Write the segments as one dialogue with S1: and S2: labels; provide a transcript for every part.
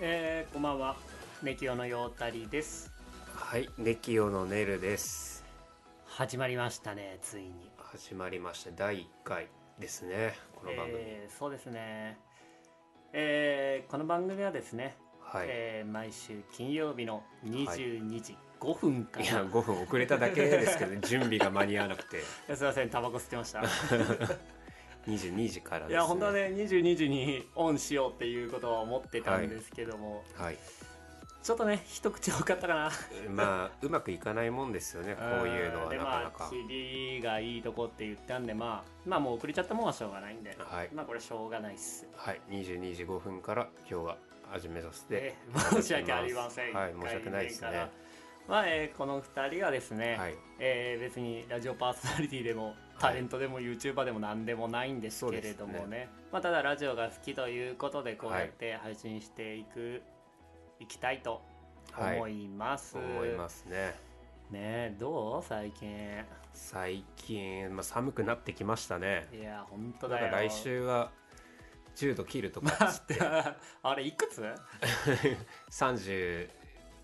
S1: えー、こんばんは。ネキオのようたりです。
S2: はい、ネキオのネルです。
S1: 始まりましたね、ついに。
S2: 始まりました第1回ですね。この番組、
S1: えーそうですね。えーこの番組はですね、
S2: はい、
S1: えー毎週金曜日の22時5分から、
S2: いや5分遅れただけですけ ど、ね、準備が間に合わなくて
S1: すいません、タバコ吸ってま した。
S2: 22時からで
S1: い
S2: す、ね。
S1: や、本当は。ね、22時にオンしようっていうことは思ってたんですけども、
S2: はい。
S1: ちょっとね、一口多かったかな。
S2: まあうまくいかないもんですよね。こういうのは
S1: で
S2: なかな
S1: まあ
S2: か。
S1: キリがいいとこって言ったんでまあまあもう遅れちゃったもんはしょうがないんで、
S2: はい
S1: まあこれしょうがないっす
S2: はい、22時5分から今日は始めさせて
S1: で。申し訳ありません
S2: はい、申し訳ないですね。
S1: 一回目から
S2: は
S1: まあ、えーこの2人がですね、
S2: い、
S1: えー別にラジオパーソナリティでもタレントでも YouTuber でも何でもないんですけれどもね
S2: そうです
S1: まあ、ただラジオが好きということでこうやって配信していく、い、きたいと思います、
S2: 思いますね。
S1: ねえどう最近
S2: 最近まあ寒くなってきましたね。
S1: いや本当
S2: なんか
S1: だよ
S2: 来週は10度切るとかっつって
S1: あれいくつ
S2: 30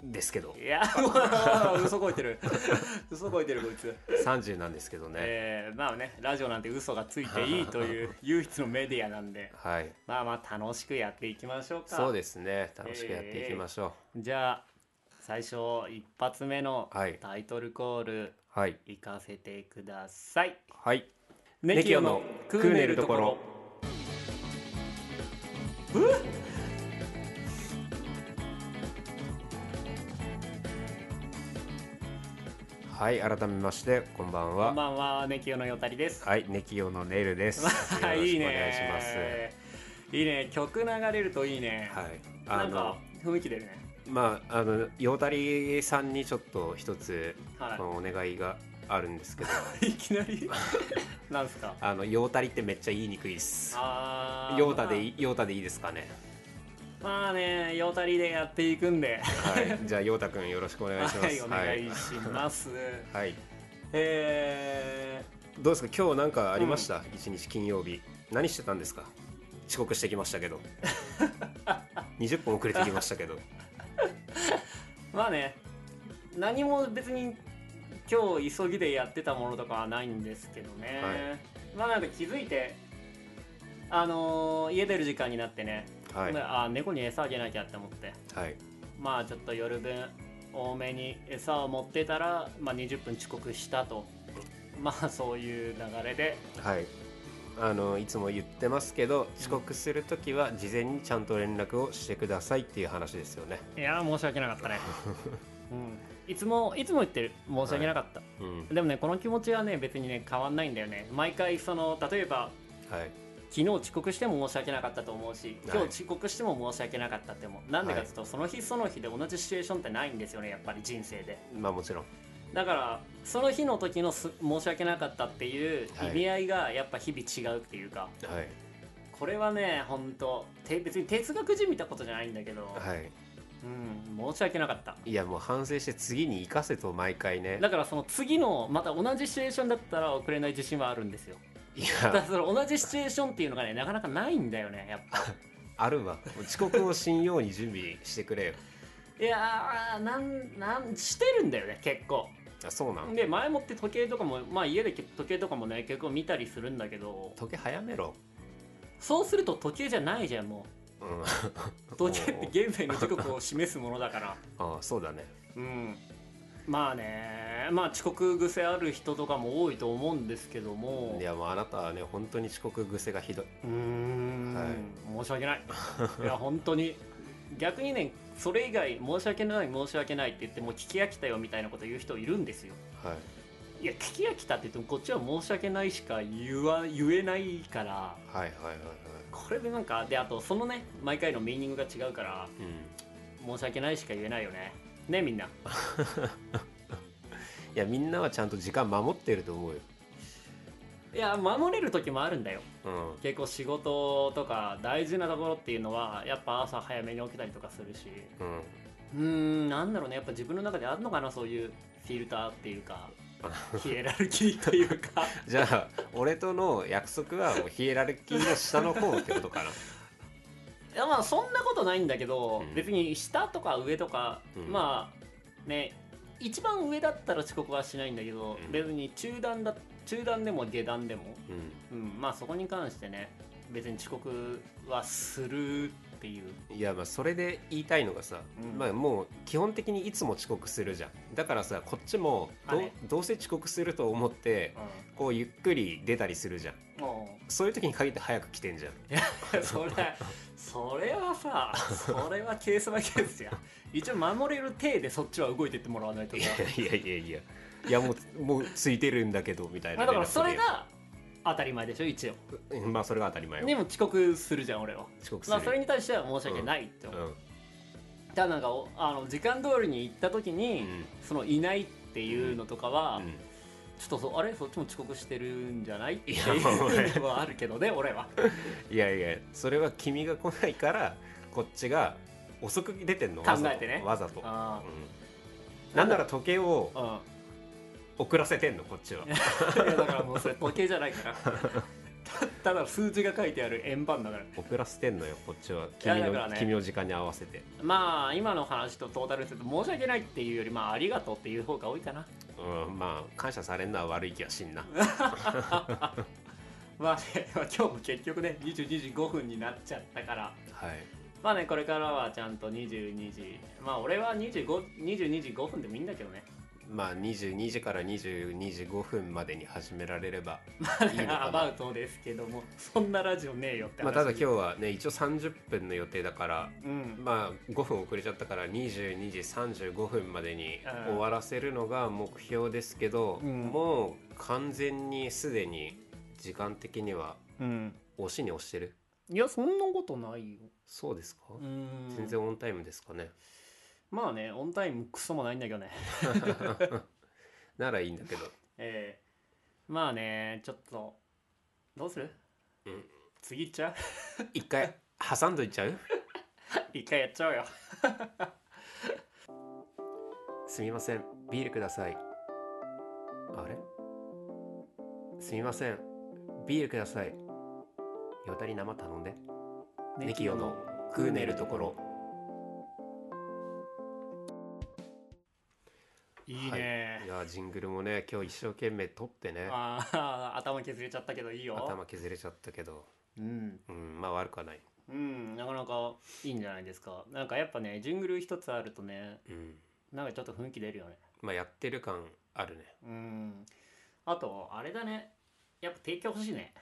S2: ですけど
S1: い やもう嘘こいてる 嘘こいてるこいつ、
S2: 30なんですけどね、
S1: えーまあねラジオなんて嘘がついていいという唯一のメディアなんで
S2: はい
S1: まあまあ楽しくやっていきましょうか
S2: そうですね楽しくやっていきましょう、
S1: じゃあ最初一発目の
S2: はい
S1: タイトルコール
S2: はい
S1: 行かせてください
S2: はい
S1: ネ
S2: キオのクーネルところはい改めましてこんばんは
S1: こんばんはネキオのよたりです
S2: はいネキオのネルですよろしくお
S1: あ
S2: 願い
S1: い
S2: し
S1: い
S2: ま
S1: ねいいね曲流れるといいね、
S2: すはい
S1: な
S2: あ
S1: ん
S2: の
S1: か雰囲気出るね
S2: まああの陽たりさんにちょっと一つ
S1: はい
S2: このお願いがあるんですけど
S1: いきな りなんすか
S2: あの陽たりってめっちゃ言いにくいです
S1: あー
S2: 陽太でいい陽太でいいですかね
S1: まあねヨタリでやっていくんで
S2: はい、じゃあ陽太くんよろしくお願いしま
S1: はい
S2: す。
S1: お願いします、
S2: はい。はい
S1: え
S2: どうですか今日なんかありました？一、日金曜日何してたんですか？遅刻してきました けど。20分遅れてきましたけど。
S1: ー、まあね何も別に今日急ぎでやってたものとかはないんですけどね、
S2: は
S1: まあなんか気づいてあのー家出る時間になってね、
S2: はい
S1: まああー猫に餌あげなきゃって思って
S2: はい
S1: まあちょっと夜分多めに餌を持ってたら、まあ、20分遅刻したとまあそういう流れで
S2: はい。あのいつも言ってますけど遅刻するときは事前にちゃんと連絡をしてくださいっていう話ですよね。
S1: いやー申し訳なかっ たね、うん、いつもいつも言ってる申し訳なかった、
S2: うん
S1: でもねこの気持ちはね別にね変わんないんだよね毎回その例えば
S2: はい
S1: 昨日遅刻しても申し訳なかったと思うし今
S2: は
S1: 日
S2: い
S1: 遅刻しても申し訳なかったって思うなんでかっていうと、その日その日で同じシチュエーションってないんですよねやっぱり人生で
S2: まあもちろん
S1: だからその日の時のす申し訳なかったっていう意味合いがやっぱ日々違うっていうか、
S2: はい
S1: これはね本当て別に哲学じみたことじゃないんだけど、
S2: はい
S1: うん、申し訳なかった
S2: いやもう反省して次に生かせと毎回ね
S1: だからその次のまた同じシチュエーションだったら遅れない自信はあるんですよ
S2: い
S1: ただ
S2: や
S1: その同じシチュエーションっていうのがねなかなかないんだよねやっぱ
S2: あるわ遅刻をしんように準備してくれよ
S1: いやーなんなんしてるんだよね結構
S2: あそうなん
S1: で前もって時計とかもまあ家で時計とかもね結構見たりするんだけど
S2: 時計早めろ、
S1: そうすると時計じゃないじゃんも
S2: うん、
S1: う時計って現在の時刻を示すものだから
S2: ああそうだね
S1: うんまあねまあ遅刻癖ある人とかも多いと思うんですけども
S2: いやもうあなたはね本当に遅刻癖がひどいう
S1: ーん、
S2: は
S1: 申し訳 ないいや本当に逆にねそれ以外申し訳ない申し訳ないって言ってもう聞き飽きたよみたいなこと言う人いるんですよ
S2: はい
S1: いや聞き飽きたって言ってもこっちは申し訳ないしか言わ言えないから
S2: はいはいはいはい
S1: これでなんかであとそのね毎回のミーニングが違うから
S2: うん
S1: 申し訳ないしか言えないよねねみんない
S2: やみんなはちゃんと時間守ってると思うよ
S1: いや守れる時もあるんだよ
S2: うん
S1: 結構仕事とか大事なところっていうのはやっぱ朝早めに起きたりとかするし
S2: うん
S1: うーんなんだろうねやっぱ自分の中であるのかなそういうフィルターっていうかヒエラルキーという か
S2: じゃあ俺との約束はもうヒエラルキーの下の方ってことかな
S1: いやまあそんなことないんだけど、
S2: うん
S1: 別に下とか上とか、
S2: うん
S1: まあね一番上だったら遅刻はしないんだけど、
S2: うん
S1: 別に中段だ中段でも下段でも、
S2: うん
S1: うん、まあそこに関してね別に遅刻はするっていう
S2: いやまあそれで言いたいのがさ、
S1: うん
S2: まあもう基本的にいつも遅刻するじゃんだからさこっちもど,、
S1: あれ
S2: どうせ遅刻すると思ってこうゆっくり出たりするじゃん
S1: も
S2: そういう時に限って早く来てんじゃん
S1: う それそれはさそれはケースバイケースや一応守れる体でそっちは動いてってもらわないと
S2: い
S1: さ
S2: やいやいやいやいやもうもうついてるんだけどみたい
S1: ま
S2: な
S1: あだからそれが当たり前でしょ一応
S2: うんまあそれが当たり前
S1: で
S2: よ
S1: も遅刻するじゃん俺は
S2: 遅刻する、
S1: まあそれに対しては申し訳ないって思う、
S2: うん
S1: ただなんかおあの時間通りに行った時に、
S2: うん
S1: そのいないっていうのとかは、
S2: うん
S1: ちょっとそうあれそっちも遅刻してるんじゃないってい
S2: いうやお前
S1: のはあるけどね俺 はい
S2: やいやそれは君が来ないからこっちが遅く出てんの
S1: 考えてね
S2: わざとわざ
S1: あ
S2: と、うんなんなら時計を
S1: あ
S2: 遅らせてんのこっ ちは
S1: うんいやだからもうそれ時計じゃないからたただ数字が書いてある円盤だから
S2: 遅らせてんのよこっちは
S1: や
S2: 君
S1: だか
S2: の、
S1: らね
S2: 君の時間に合わせて
S1: まあ今の話とトータルにすると申し訳ないっていうよりまあありがとうっていう方が多いかな
S2: うんまあ感謝されんのは悪い気は しんな
S1: まあね今日も結局ね22時5分になっちゃったから
S2: はい
S1: まあねこれからはちゃんと22時まあ俺は25 22時5分でもいいんだ けどね
S2: まあ22時から22時5分までに始められればい いのかな
S1: アバウトですけどもそんなラジオねえよって
S2: まあ、ただ今日はね一応30分の予定だから
S1: うん
S2: まあ5分遅れちゃったから22時35分までに終わらせるのが目標ですけど、
S1: うん
S2: もう完全にすでに時間的には
S1: うん
S2: 押しに押してる
S1: いやそんなことないよ
S2: そうですか、
S1: うん
S2: 全然オンタイムですかね
S1: まあねオンタイムクソもないんだけどね
S2: ならいいんだけど
S1: ええまあねちょっとどうする
S2: うん
S1: 次行っちゃ
S2: 一回挟んどいちゃう
S1: う 一回やっちゃおうよ
S2: すみませんビールくださいあれすみませんビールくださいよたり生頼んでネキヨの食うねるところ
S1: いいね
S2: い、、やージングルもね今日一生懸命撮ってね
S1: ああ 頭削れちゃったけどいいよ
S2: 頭削れちゃったけど
S1: うん
S2: うんまあ悪くはない、
S1: うんなかなかいいんじゃないですかなんかやっぱねジングル一つあるとね
S2: うん、
S1: なんかちょっと雰囲気出るよね
S2: まあやってる感あるね
S1: うんあとあれだねやっぱ提供欲しいね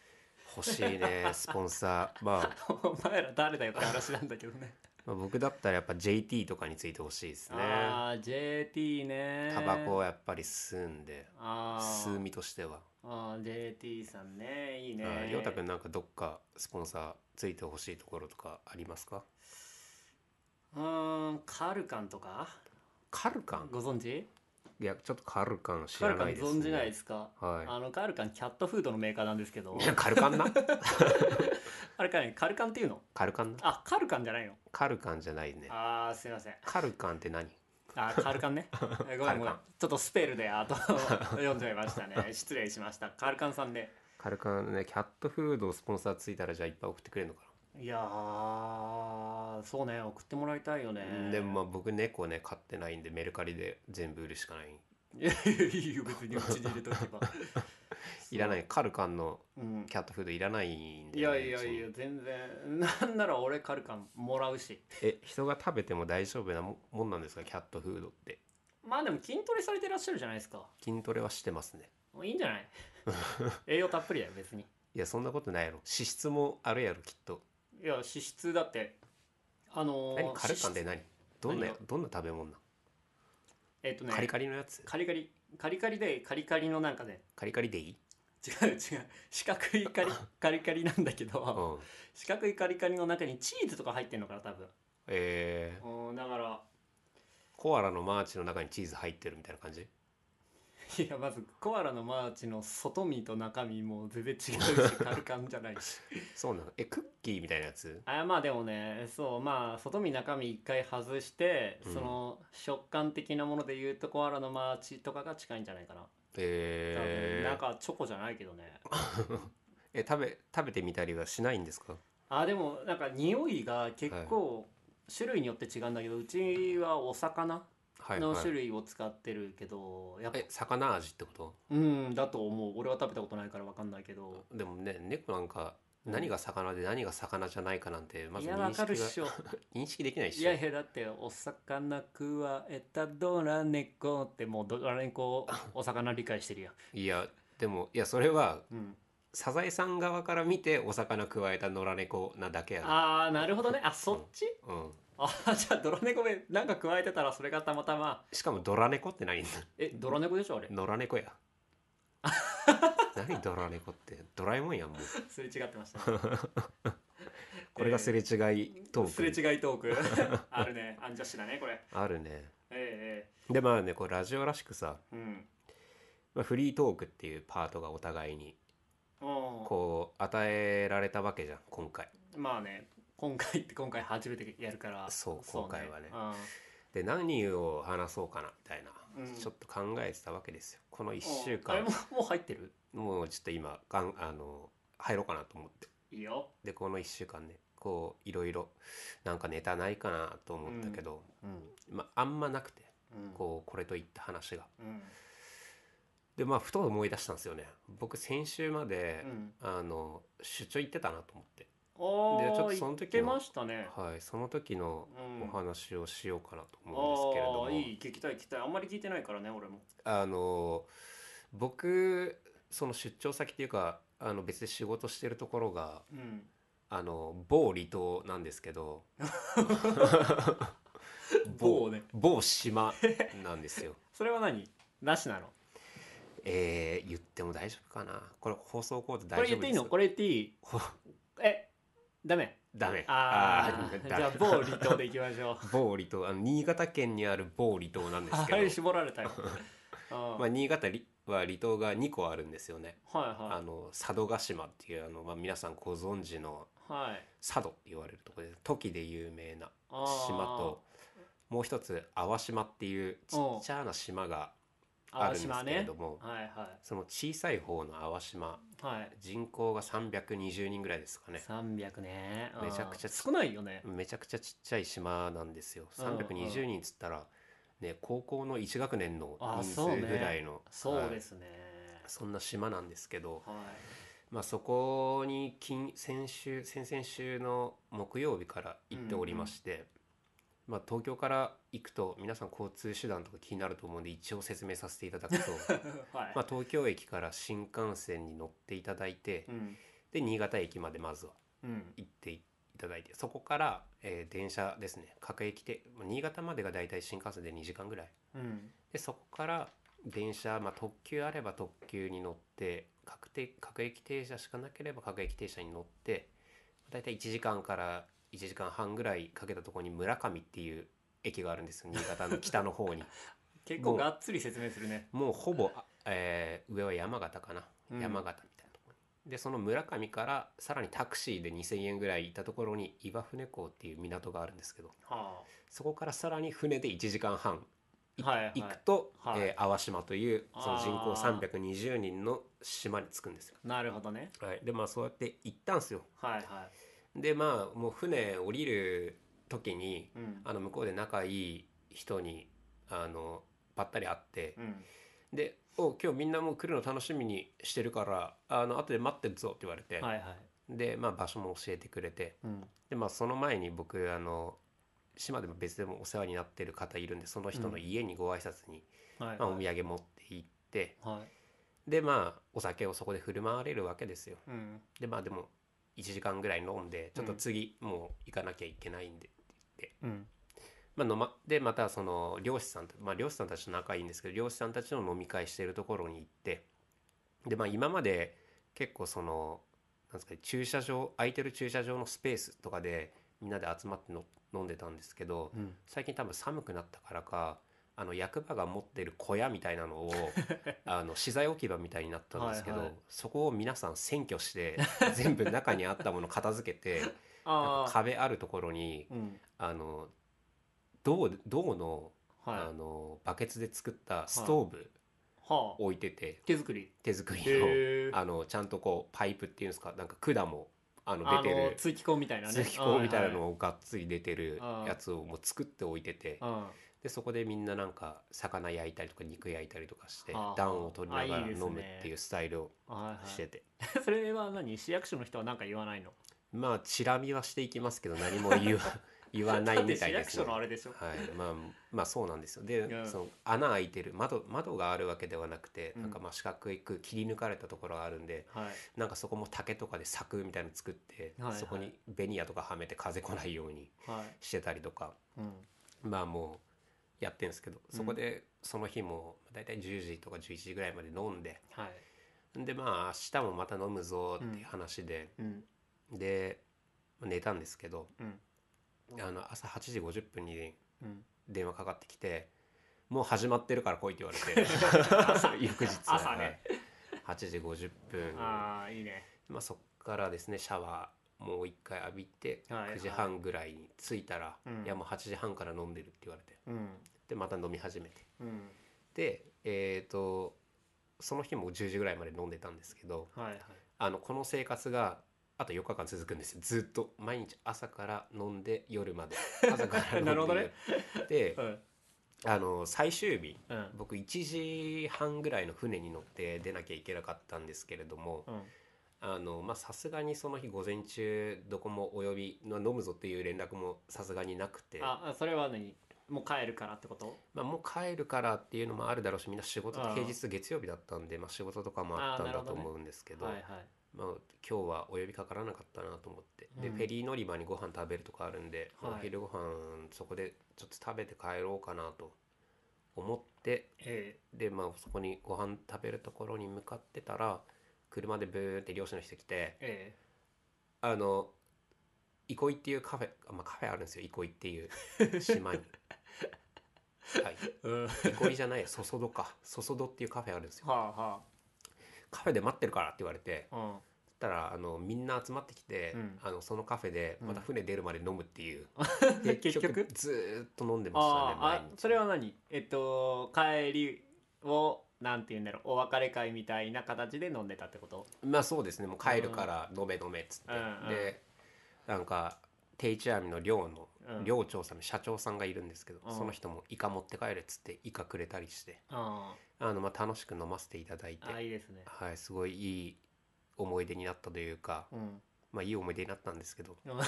S2: 欲しいねスポンサー、まあ、
S1: お前ら誰だよって話なんだけど ね
S2: まあ僕だったらやっぱ JT とかについて欲しいですね
S1: ああ JT ね
S2: タバコをやっぱり吸うんで
S1: あ
S2: 吸う
S1: ー
S2: 身としては
S1: あー JT さんねいいね
S2: あーりょうたくんなんかどっかスポンサーついてほしいところとかありますか
S1: うーんカルカンとか
S2: カルカン
S1: ご存知
S2: いやちょっとカルカン知
S1: カル
S2: ら
S1: カン
S2: ないです、ね、
S1: 存じないですか、
S2: は
S1: あのカルカンキャットフードのメーカーなんですけど
S2: いいやカルカンな
S1: あれかねカルカンっていうの
S2: カルカンな
S1: あカルカンじゃないの
S2: カルカンじゃないね
S1: あーすいません
S2: カルカンって何
S1: あ カルカンねえごめんごめんちょっとスペルであと読んじゃいましたね失礼しましたカルカンさんで
S2: カルカンねキャットフードスポンサーついたらじゃあいっぱい送ってくれるのか
S1: いやーそうね送ってもらいたいよね
S2: な、でもまあ僕猫ね飼ってないんでメルカリで全部売るしかない
S1: いやいいよ別にうちに入れとけば
S2: いらないカルカンの
S1: うん
S2: キャットフードいらないんで、
S1: いやいやいや
S2: うちに
S1: 全然なんなら俺カルカンもらうし
S2: え人が食べても大丈夫なももんなんですかキャットフードって
S1: まあでも筋トレされてらっしゃるじゃないですか
S2: 筋トレはしてますね
S1: もういいんじゃ ない栄養たっぷりだよ別に
S2: いやそんなことないやろ脂質もあるやろきっと
S1: いや脂質だってあのー
S2: 何カルカンって
S1: 脂質
S2: 何どんな
S1: 何
S2: どんな食べ物な
S1: えっ、と
S2: の
S1: ね
S2: カリカリのやつ
S1: カリカリカリカリでカリカリのなんかね
S2: カリカリでいい
S1: 違う違う四角いカリカリカリなんだけ
S2: う
S1: ど
S2: ん
S1: 四角いカリカリの中にチーズとか入ってんのかな多
S2: えー、
S1: 分うんだから
S2: コアラのマーチの中にチーズ入ってるみたいな感じ
S1: いやまずコアラのマーチの外身と中身も全然違うしカルカンじゃない し
S2: そうなのえクッキーみたいなやつ
S1: あまあでもねそうまあ外身中身一回外して、
S2: うん
S1: その食感的なもので言うとコアラのマーチとかが近いんじゃないかな、多分
S2: えー、
S1: なんかチョコじゃないけどね
S2: え食べ食べてみたりはしないんですか
S1: あでもなんか匂いが結構種類によって違うんだけど、うちはお魚
S2: はい
S1: の
S2: は
S1: 種
S2: い
S1: 類を使ってるけど、やっぱ
S2: え魚味ってこと
S1: うんだと思う俺は食べたことないから分かんないけど
S2: でもね猫なんか何が魚で何が魚じゃないかなんてま
S1: い
S2: ず
S1: やわ
S2: 認
S1: かるっ
S2: 識
S1: し
S2: が
S1: ょ
S2: 認識できないっし
S1: いやいやだって「お魚くわえたドラ猫」ってもうドラ猫お魚理解してるやん、
S2: いやでもいやそれは
S1: うん、
S2: サザエさん側から見てお魚くわえた野良猫なだけや
S1: ああなるほどねあそっち
S2: なうん
S1: あーじゃあドラ猫めなんか加えてたらそれがたまたま
S2: しかもドラ猫って何
S1: えドラ猫でしょあれ
S2: 野良 猫や何ドラ猫ってドラえもんやんもう
S1: すれ違ってましたね
S2: これがすれ違いト
S1: すれ
S2: ーク
S1: 違いトーク あるねアンジャッシュだねこれ
S2: あるね
S1: え
S2: でまあねこうラジオらしくさ、
S1: えええうん
S2: まあ、フリートークっていうパートがお互いに
S1: おー
S2: こう与えられたわけじゃん今回
S1: まあね今回 って今回初めてやるから
S2: そう今回はね
S1: あ
S2: で何を話そうかなみたいな、
S1: うん
S2: ちょっと考えてたわけですよこの1
S1: ー
S2: 週
S1: あれ
S2: 間
S1: ももう入ってる
S2: もうちょっと今がんあの入ろうかなと思って
S1: いいよ、
S2: でこの1週間ねこういろいろなんかネタないかなと思ったけど、
S1: うん
S2: まああんまなくて
S1: うん、
S2: こうこれといった話が
S1: う、うん
S2: でまあふと思い出したんですよね僕先週まで
S1: う、ん、
S2: あの出張行ってたなと思って、
S1: おー
S2: でちょっとその時の
S1: 言ってましたね、
S2: はい、その時の
S1: うん、
S2: お話をしようかなと思うんですけれども、
S1: ああいい聞きたい聞きたいあんまり聞いてないからね俺も
S2: あの僕その出張先っていうかあの別に仕事してるところが
S1: うん
S2: あの某離島なんですけ ど
S1: 某
S2: 某
S1: ね
S2: 某島なんですよ。
S1: それは何なしなの
S2: えー、言っても大丈夫かなこれ放送コード
S1: こ
S2: 大
S1: れ言ってい
S2: 丈夫
S1: い
S2: です
S1: のこれ言っていい
S2: ほ
S1: えダメ
S2: ダメ
S1: あ
S2: ー
S1: あじ
S2: ダメ
S1: ゃあ某離島でいきましょう
S2: 某離島あの新潟県にある某離島なんです
S1: あれ
S2: けど、
S1: 絞られ たよ、うん
S2: まあ、新潟りは離島が2個あるんですよね。
S1: はい
S2: あの佐渡島っていうあの、まあ、皆さんご存知の
S1: はいはい
S2: 佐渡って言われるところでトキで有名な
S1: あー
S2: 島ともう一つ淡島っていうちっちゃな島があるんですけれども、
S1: 淡島ねはい
S2: その小さい方の淡島
S1: はいはい
S2: 人口が320人ぐらいですかね
S1: 300ねうん
S2: めちゃくちゃ
S1: 少ないよね
S2: めちゃくちゃちっちゃい島なんですよ
S1: うんうん
S2: 320人っつったら、ね、高校の1学年の
S1: あ
S2: 人数
S1: そうね
S2: ぐらいの
S1: そう
S2: は
S1: で
S2: い
S1: すね
S2: そんな島なんですけど、
S1: はい
S2: まあ、そこに近先週先々週の木曜日から行っておりまして、まあ、東京から行くと皆さん交通手段とか気になると思うんで一応説明させていただく と
S1: はい
S2: まあ東京駅から新幹線に乗っていただいて
S1: うん
S2: で新潟駅までまずは
S1: うん
S2: 行っていただいてそこから、えー電車ですね各駅でまあ新潟までが大体新幹線で2時間ぐらい
S1: うん
S2: でそこから電車、まあ、特急あれば特急に乗って各て各駅停車しかなければ各駅停車に乗って大体1時間から1時間半ぐらいかけたところに村上っていう駅があるんですよ新潟 の北の方に
S1: 結構がっつり説明するね
S2: もうほぼ、あえー上は山形かな、
S1: うん
S2: 山形みたいなところにでその村上からさらにタクシーで2,000円ぐらい行ったところに岩船港っていう港があるんですけど
S1: は
S2: そこからさらに船で1時間半
S1: あはいはい
S2: 行くと、
S1: はい
S2: えー淡島というその人口
S1: あー
S2: 320人の島に着くんですよ。
S1: なるほどね
S2: はい、でまあそうやって行ったんですよ。
S1: はいは
S2: でまあもう船降りる時に
S1: いうん
S2: あの向こうで仲いい人にあのばったり会って
S1: うん
S2: で「お今日みんなもう来るの楽しみにしてるからあの後で待ってるぞ」って言われて、
S1: はいはい
S2: でまあ場所も教えてくれて
S1: うん
S2: でまあその前に僕あの島でも別でもお世話になってる方いるんでその人の家にご挨拶に、
S1: はい
S2: まあ、お
S1: はい
S2: 土産持って行って。
S1: はい
S2: でまあお酒をそこで振る舞われるわけですよ
S1: うん
S2: でまあでも1時間ぐらい飲んでちょっと次もう行かなきゃいけないんで、
S1: うん
S2: まあ飲までまたその漁師さんとまあ漁師さんたちと仲いいんですけど漁師さんたちの飲み会してるところに行ってでまあ今まで結構そのなんですかね駐車場空いてる駐車場のスペースとかでみんなで集まっての飲んでたんですけど
S1: うん
S2: 最近多分寒くなったからかあの役場が持ってる小屋みたいな のをあの資材置き場みたいになったんですけど
S1: はいはい
S2: そこを皆さん占拠 して全部中にあったもの片付けてなん
S1: あ
S2: か
S1: あ
S2: 壁あるところに
S1: うん
S2: あの銅銅の,、
S1: はい
S2: あのバケツで作ったストーブ
S1: はあ
S2: 置いてて
S1: 手作り
S2: 手作りの
S1: へえ
S2: あのちゃんとこうパイプっていうんですかなんか管もあの
S1: あ
S2: 出て
S1: の
S2: る
S1: 通気口みたいなね
S2: 通気口みたいなのをがっつり出てる
S1: はいはい
S2: やつをもう作っておいてて
S1: うん
S2: でそこでみんななんか魚焼いたりとか肉焼いたりとかして
S1: はあはあ
S2: 暖を取りなが
S1: あい
S2: ら
S1: いですね
S2: 飲むっていうスタイルを
S1: はいはい
S2: してて
S1: それは何市役所の人は何か言わないの
S2: まあチラ見はしていきますけど何も 言わ言わないみたい
S1: だっ
S2: で
S1: て市
S2: す
S1: 役所
S2: ね。
S1: のあ
S2: はい
S1: れでしょ、
S2: まあ、まあそうなんですよで、
S1: うん
S2: その穴開いてる窓窓があるわけではなくて、
S1: うん
S2: なんかまあ四角く切り抜かれたところがあるんで
S1: はい
S2: なんかそこも竹とかで柵みたいなの作って、
S1: はいはい
S2: そこにベニヤとかはめて風来ないように
S1: はい
S2: してたりとか
S1: うん
S2: まあもうやってんですけど
S1: うん
S2: そこでその日もだいたい10時とか11時ぐらいまで飲んで
S1: はい
S2: でまあ明日もまた飲むぞっていう話で、
S1: うん
S2: で寝たんですけど
S1: うん
S2: あの朝8時50分に
S1: うん
S2: 電話かかってきて「もう始まってるから来い」って言われて 翌日
S1: 朝ね
S2: はい8時50分
S1: ああいいね
S2: まあ、そっからですねシャワーもう一回浴びて
S1: はいはい
S2: 9時半ぐらいに着いたら「
S1: うん
S2: いやもう8時半から飲んでる」って言われて
S1: うん
S2: でまた飲み始めて
S1: うん
S2: でえっ、とその日も10時ぐらいまで飲んでたんですけど
S1: はいはい
S2: あのこの生活があと4日間続くんですよずっと毎日朝から飲んで 夜まで朝から飲んで
S1: なるほどね
S2: 夜で
S1: うん
S2: あの最終日
S1: うん
S2: 僕1時半ぐらいの船に乗って出なきゃいけなかったんですけれども
S1: うん
S2: あのまあさすがにその日午前中どこもお呼びの飲むぞっていう連絡もさすがになくて
S1: ああそれは何もう帰るからってこと
S2: まあ、もう帰るからっていうのもあるだろうしみんな仕事
S1: ああ
S2: 平日月曜日だったんで、まあ、仕事とかもあったん
S1: ああなる
S2: だ
S1: ほ
S2: と
S1: どね
S2: 思うんですけど
S1: はいはい
S2: まあ、今日はお呼びかからなかったなと思ってで、
S1: うん
S2: フェリー乗り場にご飯食べるとかあるんで、
S1: はい
S2: お昼ご飯そこでちょっと食べて帰ろうかなと思って
S1: え
S2: でまあそこにご飯食べるところに向かってたら車でブーンって漁師の人来て
S1: ええ
S2: あの憩いっていうカフェ、あまあ、カフェあるんですよ憩いっていう島 に。はい、
S1: えうんは
S2: 憩いじゃないそそどかそそどっていうカフェあるんですよ
S1: あは
S2: カフェで待ってるからって言われて
S1: あうん
S2: そしたらあのみんな集まってきて、
S1: うん
S2: あのそのカフェで
S1: うん
S2: また船出るまで飲むっていう、で
S1: 結局
S2: ずーっと飲んでましたね
S1: あーあ
S2: 毎日
S1: それは何えっと帰りをなんて言うんだろうお別れ会みたいな形で飲んでたってこと
S2: まあそうですねもう帰るから飲め飲めっつって、
S1: うん
S2: でなんか定置網の漁の
S1: うん
S2: 漁長さん社長さんがいるんですけど、
S1: うん
S2: その人もイカ持って帰るっつってイカくれたりして
S1: あ
S2: あの、まあ、楽しく飲ませていただいて、
S1: あいいですね
S2: はい、すごいいい思い出になったというか、
S1: うん
S2: まあ、いい思い出になったんですけど
S1: うん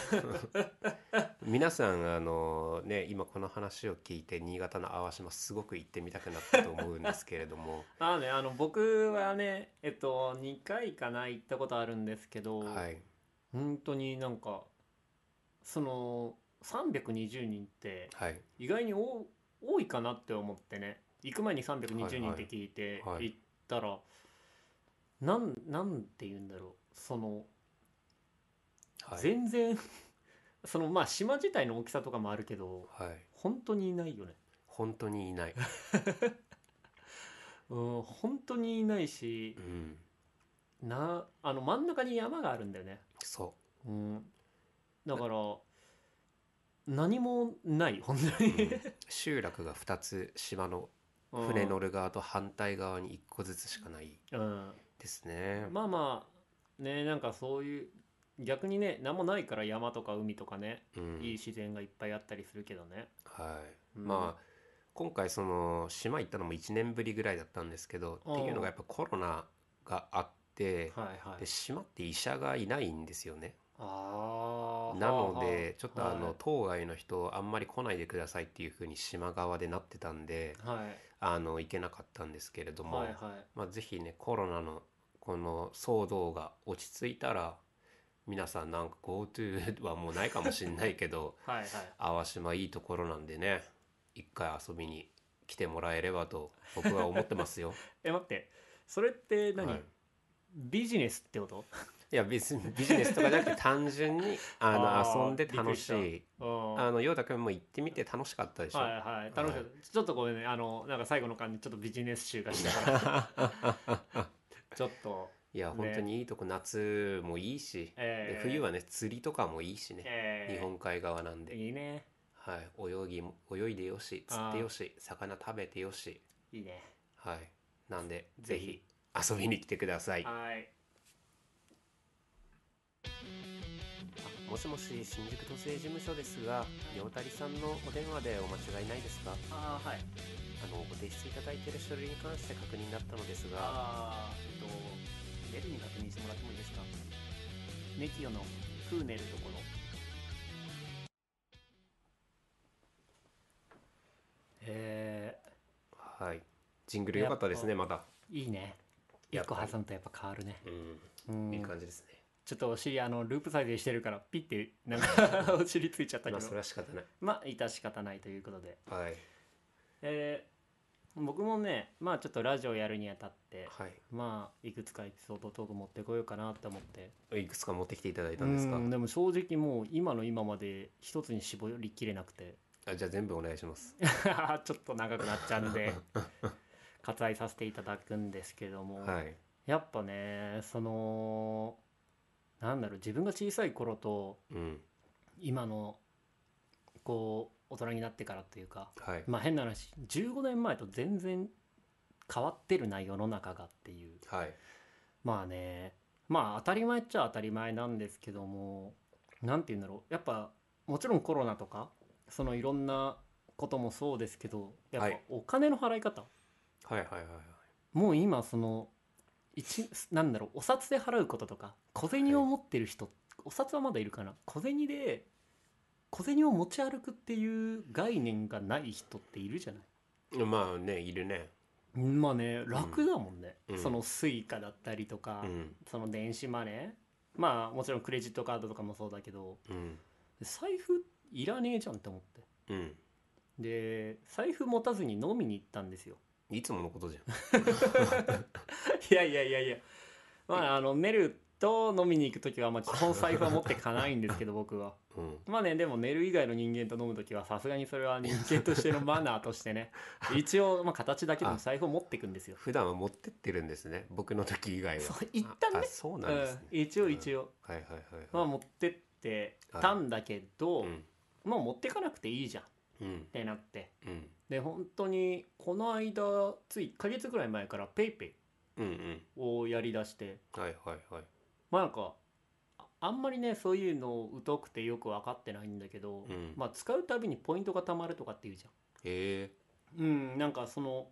S2: 皆さんあのね今この話を聞いて新潟の淡島すごく行ってみたくなったと思うんですけれ ども
S1: あーねあの僕はねえっと2回かな行ったことあるんですけど、
S2: はい
S1: 本当になんかその320人って
S2: はい
S1: 意外に多多いかなって思ってね行く前に
S2: はい
S1: 320人
S2: はい
S1: って聞いて
S2: はい
S1: 行ったら、なんなんて言うんだろうその
S2: はい
S1: 全然 そのまあ島自体の大きさとかもあるけど
S2: はい
S1: 本当にいないよね
S2: 本当にいない、
S1: うん本当にいないし
S2: うん、
S1: なあの真ん中に山があるんだよね
S2: そ
S1: うんだから何もない本当
S2: う、う
S1: に
S2: ん集落が2つ島の
S1: うん
S2: 船乗る側と反対側に1個ずつしかない
S1: うん
S2: ですね、
S1: まあまあねなんかそういう逆にね何もないから山とか海とかね
S2: うん
S1: いい自然がいっぱいあったりするけどね
S2: はい、
S1: うん
S2: まあ今回その島行ったのも1年ぶりぐらいだったんですけど
S1: うん
S2: っていうのがやっぱコロナがあって、
S1: はいはい
S2: で島って医者がいないんですよね
S1: ああ
S2: なのでちょっとあの
S1: は
S2: 当該の人あんまり来ないでくださいっていう風に島側でなってたんで
S1: いはい
S2: あの行けなかったんですけれども、
S1: はいはい
S2: まあ、ぜひねコロナのこの騒動が落ち着いたら皆さんなんか GoTo はもうないかもしれない けど
S1: はいはい
S2: 淡島いいところなんでね一回遊びに来てもらえればと僕は思ってますよ。
S1: え待ってそれって 何、
S2: はい
S1: ビジネスってこと
S2: いや別にビジネスとかじゃなくて単純にあ
S1: あー
S2: の遊んで楽し
S1: びっく
S2: い
S1: うん
S2: あの陽太くんも行ってみて楽しかったでしょ、
S1: はいはい楽しか
S2: は
S1: っ
S2: い
S1: たちょっとごめんねあのなんか最後の感じちょっとビジネス集がした からちょっと
S2: い、や本当にいいとこ夏もいいし、
S1: え
S2: で
S1: ー
S2: 冬はね釣りとかもいいしね、
S1: えー
S2: 日本海側なんで、
S1: いいね
S2: はい、泳ぎも泳いでよし釣ってよし魚食べてよし
S1: いいね
S2: はいなんで
S1: ぜ
S2: ぜ
S1: ひ
S2: ひ遊びに来てください
S1: はい
S2: もしもし新宿都政事務所ですが陽太りさんのお電話でお間違いないですか
S1: ああはい
S2: あのご提出いただいている書類に関して確認だったのですが
S1: あーえっとレルに確認してもらってもいいですかネキオのクーネルところえ
S2: はいジングル良かったですねまた
S1: ー、いいね
S2: や
S1: 1
S2: っぱ
S1: 個
S2: り
S1: 挟むとやっぱ変わるね
S2: う
S1: うん
S2: いい
S1: ん
S2: 感じですね
S1: ちょっとお尻あのループ再生してるからピッてなん かお尻ついちゃったけ
S2: まあ
S1: ど
S2: それは仕方ない
S1: まあ致し方ないということで
S2: はい
S1: えー僕もねまあちょっとラジオやるにあたって
S2: はい
S1: まあいくつかエピソードトーク持ってこようかなって思って
S2: いくつか持ってきていただいたんですか
S1: うんでも正直もう今の今まで一つに絞りきれなくて
S2: あじゃあ全部お願いします
S1: ちょっと長くなっちゃうん で割愛させていただくんですけども、
S2: はい
S1: やっぱねそのなんだろう自分が小さい頃と
S2: うん
S1: 今のこう大人になってからというか
S2: はい
S1: まあ変な話15年前と全然変わってるな世の中がっていう
S2: はい
S1: まあねまあ当たり前っちゃ当たり前なんですけども何て言うんだろうやっぱもちろんコロナとかそのいろんなこともそうですけどやっ
S2: は
S1: ぱ
S2: い
S1: お金の払い方、
S2: はいはいはい
S1: もう今その一なんだろうお札で払うこととか小銭を持ってる人、お札はまだいるかな小銭で小銭を持ち歩くっていう概念がない人っているじゃない
S2: はいまあねいるね
S1: まあね楽だもんね、
S2: うん
S1: そのスイカだったりとか、
S2: うん
S1: その電子マネーまあもちろんクレジットカードとかもそうだけど
S2: うん
S1: 財布いらねえじゃんって思って
S2: うん
S1: で財布持たずに飲みに行ったん ですよ
S2: いつものことじゃん
S1: いやいやいやいやまああの寝ると飲みに行く時はまあ基本財布は持ってかないんです けど僕は
S2: うん
S1: まあねでも寝る以外の人間と飲む時はさすがにそれは人間としてのマナーとして ね一応まあ形だけでも財布を持ってくんですよ
S2: 普段は持ってってるんですね僕の時以外は
S1: そう一旦ね
S2: ああそうなんですね、
S1: うん、一応一応、
S2: はいはいはいはい、
S1: まあ持ってってたんだけど、
S2: うん
S1: まあ持ってかなくていいじゃんっ
S2: うん
S1: てなって
S2: うん
S1: で本当にこの間つい1ヶ月ぐらい前からペイペ
S2: うんうん
S1: イをやりだして
S2: はいはいはい
S1: まあなんかああんまりねそういうの疎くてよく分かってないんだけど、
S2: うん
S1: まあ使うたびにポイントが貯まるとかっていうじ
S2: へえ
S1: ゃんうんなんかその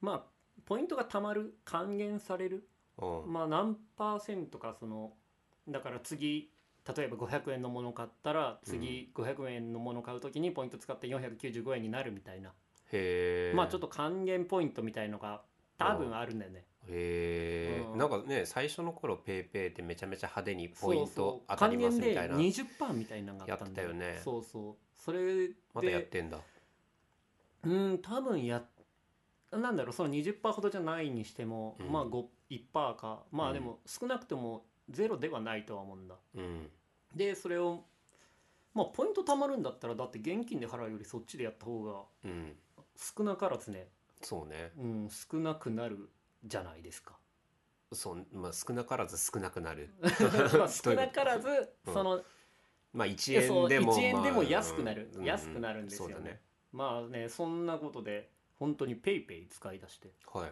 S1: まあポイントが貯まる還元される
S2: うん
S1: まあ何パーセントかそのだから次例えば500円のもの買ったら次500円のもの買う時にポイント使って495円になるみたいな
S2: へえ
S1: まあちょっと還元ポイントみたいのが多分あるんだよね。う
S2: へえ
S1: ん
S2: なんかね最初の頃ペイペイってめちゃめちゃ派手に
S1: そう
S2: ポイン
S1: そ
S2: ト
S1: う
S2: 当たりますみたいな
S1: 還元で20%みたいなのがあったんだ
S2: やってたよね
S1: そうそう。それで、
S2: まだやってんだ
S1: うん、多分や、なんだろう、その20%ほどじゃないにしても、
S2: うん
S1: まあ5 1%か、ま
S2: う
S1: あ
S2: ん
S1: でも少なくともゼロではないとは思うんだ。
S2: うん
S1: で、それを、まあポイント貯まるんだったら、だって現金で払うよりそっちでやった方が
S2: うん
S1: 少なからずね、
S2: そうね
S1: うん、少なくなるじゃない ですか。
S2: そうまあ少なからず少なく なる
S1: まあ少なからず、
S2: うん
S1: その、
S2: まあ1円でも
S1: そう1円
S2: まあ
S1: でも安くなる
S2: うんうん
S1: 安くなるんですよね
S2: そうだね
S1: まあねそんなことで本当にペイペイ使い出して
S2: は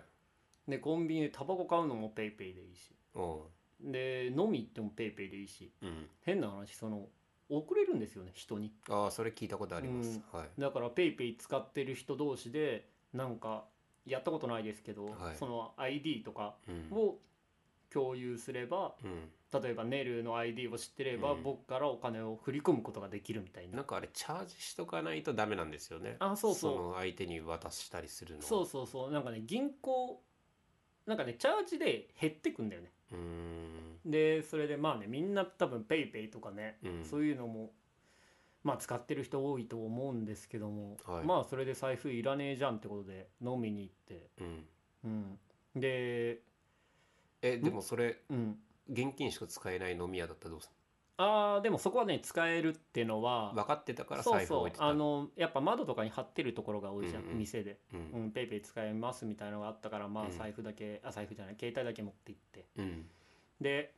S2: い
S1: でコンビニでタバコ買うのもペイペイでいいし
S2: う
S1: で飲み行ってもペイペイでいいし
S2: んうん
S1: 変な話その遅れるんですよね人に
S2: ああそれ聞いたことありますはい
S1: だからペイペイ使ってる人同士でなんかやったことないですけど、
S2: はい
S1: その ID とか
S2: うん
S1: を共有すれば
S2: うん
S1: 例えばネルの ID を知ってれば、
S2: うん
S1: 僕からお金を振り込むことができるみたいな
S2: なんかあれチャージしとかないとダメなんですよね
S1: あそうそう
S2: の相手に渡したりするの
S1: そうそうそうなんかね銀行なんかねチャージで減ってくんだよね
S2: うーん
S1: でそれでまあねみんな多分 PayPay ペイペイとかね、
S2: うん
S1: そういうのもまあ使ってる人多いと思うんですけども、
S2: はい
S1: まあそれで財布いらねえじゃんってことで飲みに行って
S2: うん
S1: うんで
S2: えでもそれ
S1: うん
S2: 現金しか使えない飲み屋だったらどうす
S1: ああでもそこはね使えるっての
S2: る
S1: は
S2: 分かってたから
S1: そう
S2: 財布
S1: そ
S2: 置
S1: う
S2: いてた
S1: あのやっぱ窓とかに貼ってるところが多いじゃん、
S2: うんうん
S1: 店で
S2: う
S1: 「うんん PayPay ペイペイ使えます」みたいなのがあったからま
S2: う
S1: あ
S2: ん
S1: 財布だけ、あ財布じゃない携帯だけ持って行って
S2: うん
S1: で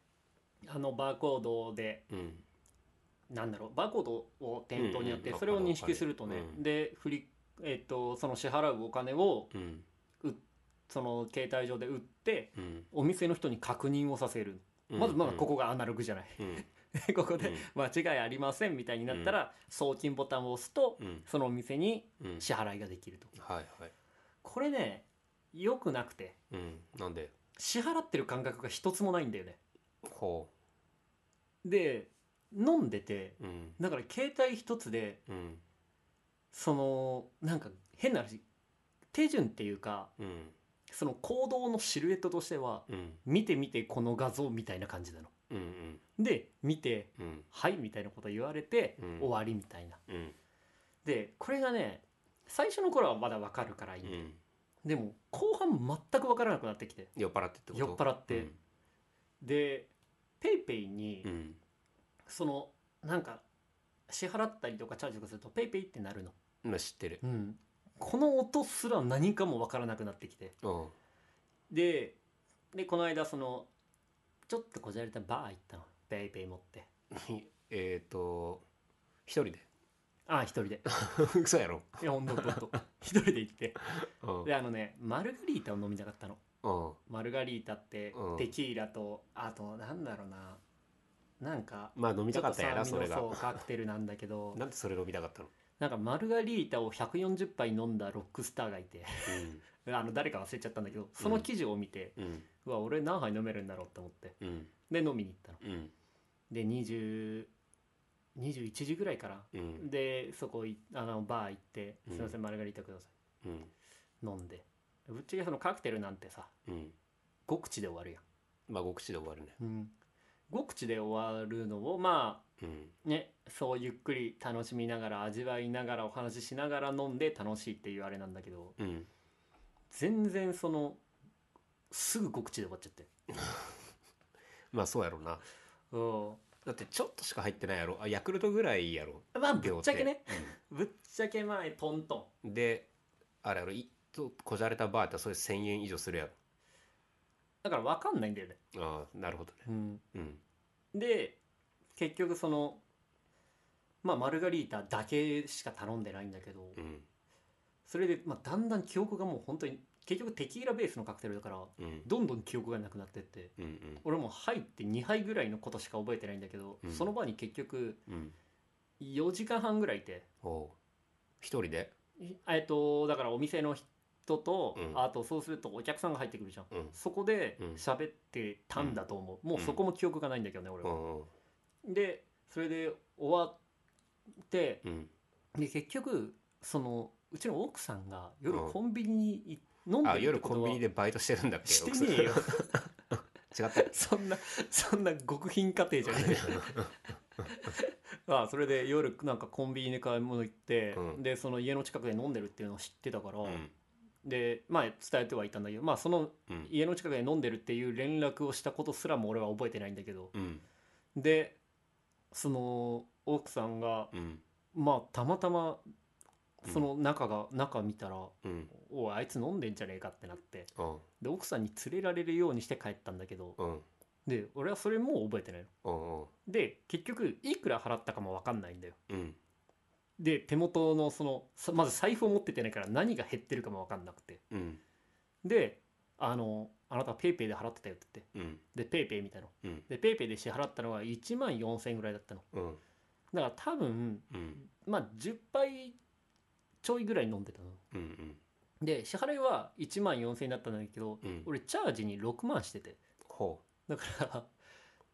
S1: あのバーコードで
S2: うん
S1: なんだろうバーコードを店頭にあっ
S2: うん
S1: て
S2: うん
S1: それを認識するとね
S2: わかるわかるうん
S1: で振り、えっとその支払うお金を
S2: うん
S1: その携帯上で売って
S2: うん
S1: お店の人に確認をさせるまずまだここがアナログじゃない、
S2: うん
S1: ここ
S2: う
S1: で間違いありませんみたいになったら、送金ボタンを押すと
S2: んうん
S1: そのお店に
S2: うん
S1: 支払いができると
S2: はいはい
S1: これね良くなくて
S2: うんなんで
S1: 支払ってる感覚が一つもないんだよね
S2: ほ
S1: で飲んでて
S2: ううん
S1: だから携帯一つで
S2: うん
S1: そのなんか変な話手順っていうか
S2: うん
S1: その行動のシルエットとしては
S2: うん
S1: 見て見てこの画像みたいな感じなの
S2: うんうん
S1: で見て
S2: うん
S1: はいみたいなこと言われて、
S2: うん
S1: 終わりみたいな
S2: うん
S1: でこれがね最初の頃はまだわかるからいい、
S2: うん
S1: でも後半全くわからなくなってきて
S2: 酔っ払ってってこと
S1: 酔っ払って
S2: うん
S1: でペイペイに
S2: うん
S1: そのなんか支払ったりとかチャージとかするとペイペイってなるの、
S2: まあ知ってる
S1: うん、この音すら何かもわからなくなってきて
S2: うん
S1: ででこの間そのちょっとこじゃれたバー行ったのペイペイ持って
S2: えっと一人で
S1: ああ一人で
S2: 嘘やろ
S1: いやほんとほんと 一人で行って
S2: うん
S1: であのねマルガリータを飲みたかったの
S2: うん
S1: マルガリータって
S2: うん
S1: テキーラとあとなんだろうななんか
S2: まあ飲み
S1: ちょ
S2: た
S1: っ
S2: か
S1: と
S2: ったんやなそ
S1: 酸
S2: れ
S1: 味の
S2: が
S1: そうカクテルなんだけど
S2: なんでそれ飲みたかったの
S1: なんかマルガリータを140杯飲んだロックスターがいてあの誰か忘れちゃったんだけどその記事を見て、
S2: うんうん
S1: うわ俺何杯飲めるんだろうって思って
S2: うん
S1: で飲みに行ったの
S2: うん
S1: で20 21時ぐらいから
S2: うん
S1: でそこいあのバー行って「
S2: うん
S1: すいませんマルガリータくださ
S2: うん
S1: い」飲んでぶっちゃけそのカクテルなんてさ
S2: うん
S1: 5口で終わるやん
S2: まあ極地で終わるね
S1: うん、5口で終わるのをま
S2: うん
S1: あねそうゆっくり楽しみながら味わいながらお話ししながら飲んで楽しいっていうあれなんだけど
S2: うん
S1: 全然そのすぐ5口で終わっちゃって
S2: まあそうやろうな
S1: う
S2: だってちょっとしか入ってないやろあヤクルトぐらいやろ
S1: んまあぶ
S2: 量
S1: っちゃけねぶっちゃけ前トントン
S2: であれやろいとこじゃれたバーやったらそれ1000円以上するや
S1: だから分かんないんだよね、
S2: ろああなるほどねうん
S1: で結局そのまあマルガリータだけしか頼んでないんだけど、
S2: うん
S1: それで、まあ、だんだん記憶がもう本当に結局テキーラベースのカクテルだから
S2: うん
S1: どんどん記憶がなくなってって
S2: うん
S1: 俺も入って2杯ぐらいのことしか覚えてないんだけど、
S2: うん
S1: その場に結局
S2: うんうん
S1: 4時間半ぐらいいて
S2: おう一人で
S1: いえっとだからお店の人と、
S2: うん
S1: あとそうするとお客さんが入ってくるじゃん、
S2: うん
S1: そこで
S2: うん
S1: 喋ってたんだと思う、もううんそこも記憶がないんだけどね俺
S2: う
S1: は、
S2: んうん
S1: でそれで終わって
S2: うん
S1: で結局そのうちの奥さんが夜
S2: うん
S1: コンビニにい飲んで
S2: あ
S1: るって
S2: 夜
S1: こと
S2: コ
S1: は
S2: ンビニでバイトしてるんだっけ
S1: してねえよ
S2: 奥さん違 った
S1: そんなそんな極貧家庭じゃねえよあそれで夜なんかコンビニで買い物行って、
S2: うん
S1: でその家の近くで飲んでるっていうのを知ってたから、
S2: うん
S1: でまあ伝えてはいたんだけどまあその
S2: うん
S1: 家の近くで飲んでるっていう連絡をしたことすらも俺は覚えてないんだけど
S2: うん
S1: でその奥さんが
S2: うん
S1: まあたまたま
S2: うん
S1: その中が、中見たら
S2: うん
S1: 「おいあいつ飲んでんじゃねえか」ってなって
S2: うん
S1: で奥さんに連れられるようにして帰ったんだけど
S2: うん
S1: で俺はそれもう覚えてないの。
S2: うん
S1: で結局いくら払ったかも分かんないんだよ。
S2: うん
S1: で手元のそのさまず財布を持っててないから何が減ってるかも分かんなくて
S2: うん
S1: であの「あなたはペイペイで払ってたよ」って言っ
S2: うん
S1: てでペイペイみたいなの
S2: うん
S1: でペイペイで支払ったのは1万4000円ぐらいだったの
S2: うん
S1: だから多分
S2: うん
S1: まあ10杯ちょいぐらい飲んでたの
S2: うん
S1: で支払いは1万4000円だったんだけど
S2: うん
S1: 俺チャージに6万してて
S2: ほ
S1: だから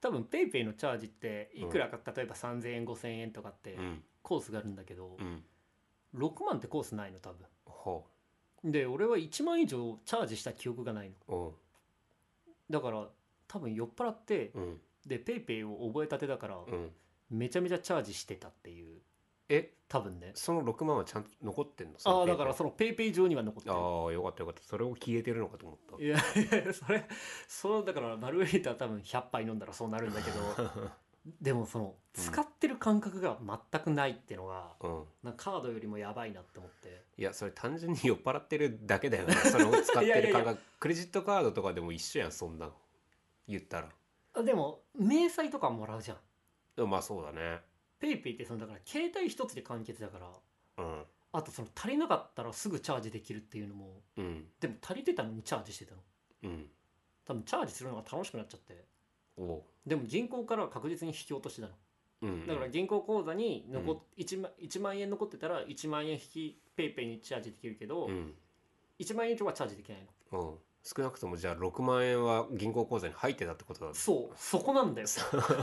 S1: 多分ペイペイのチャージっていくらか例えば3000円5000円とかっ
S2: う
S1: て
S2: うん
S1: コースがあるんだけど
S2: うん
S1: 6万ってコースないの多分
S2: ほ
S1: で俺は1万以上チャージした記憶がないの
S2: ううん
S1: だから多分酔っ払って
S2: うん
S1: でペイペイを覚えたてだから
S2: うん
S1: めちゃめちゃチャージしてたっていう
S2: え
S1: 多分ね
S2: その6万はちゃんと残ってんのそ
S1: あ
S2: の
S1: あ
S2: ペ
S1: だ
S2: ーパ
S1: か
S2: ー
S1: らそのペイペイ上には残ってる
S2: ああよかったよかったそれを消えてるのかと思った
S1: いや いやそれそのだからマルエイター多分100杯飲んだらそうなるんだけど でもその
S2: うん
S1: 使ってる感覚が全くないってのが
S2: うん
S1: なんかカードよりもやばいなって思って
S2: いやそれ単純に酔っ払ってるだけ だよねそれを使っ
S1: いや
S2: て
S1: いやい
S2: る
S1: や
S2: 感覚クレジットカードとかでも一緒やんそんなの言ったら
S1: あでも明細とかもらうじゃん
S2: でもまあそうだね
S1: ペイペイってそのだから携帯一つで完結だから
S2: うん
S1: あとその足りなかったらすぐチャージできるっていうのも
S2: うん
S1: でも足りてたのにチャージしてたの
S2: うん
S1: 多分チャージするのが楽しくなっちゃって
S2: おう
S1: でも銀行からは確実に引き落としだろ
S2: うん
S1: だから銀行口座に残っ
S2: うん
S1: 1, 万1万円残ってたら1万円引きペイペイにチャージできるけど、
S2: うん
S1: 1万円以上はチャージできないの
S2: うん少なくともじゃあ6万円は銀行口座に入ってたってことだね
S1: そうそこなんだよ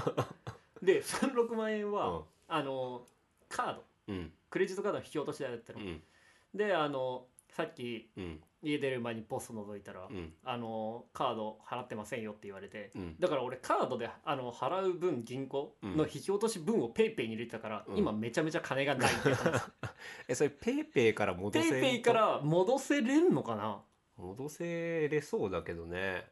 S1: でその6万円は、あのカード
S2: うんうん
S1: クレジットカードの引き落としだった
S2: う
S1: の、
S2: ん
S1: であのさっき
S2: うん
S1: 家出る前にポスト覗いたら、
S2: うん
S1: あのカード払ってませんよって言われて、
S2: うん
S1: だから俺カードであの払う分銀行の引き落とし分をペイペイに入れてたから、
S2: うん
S1: 今めちゃめちゃ金がないってやつ
S2: えそれペイペイから戻
S1: ペ
S2: せ
S1: イペイから戻せれんのかな
S2: 戻せれそうだけどね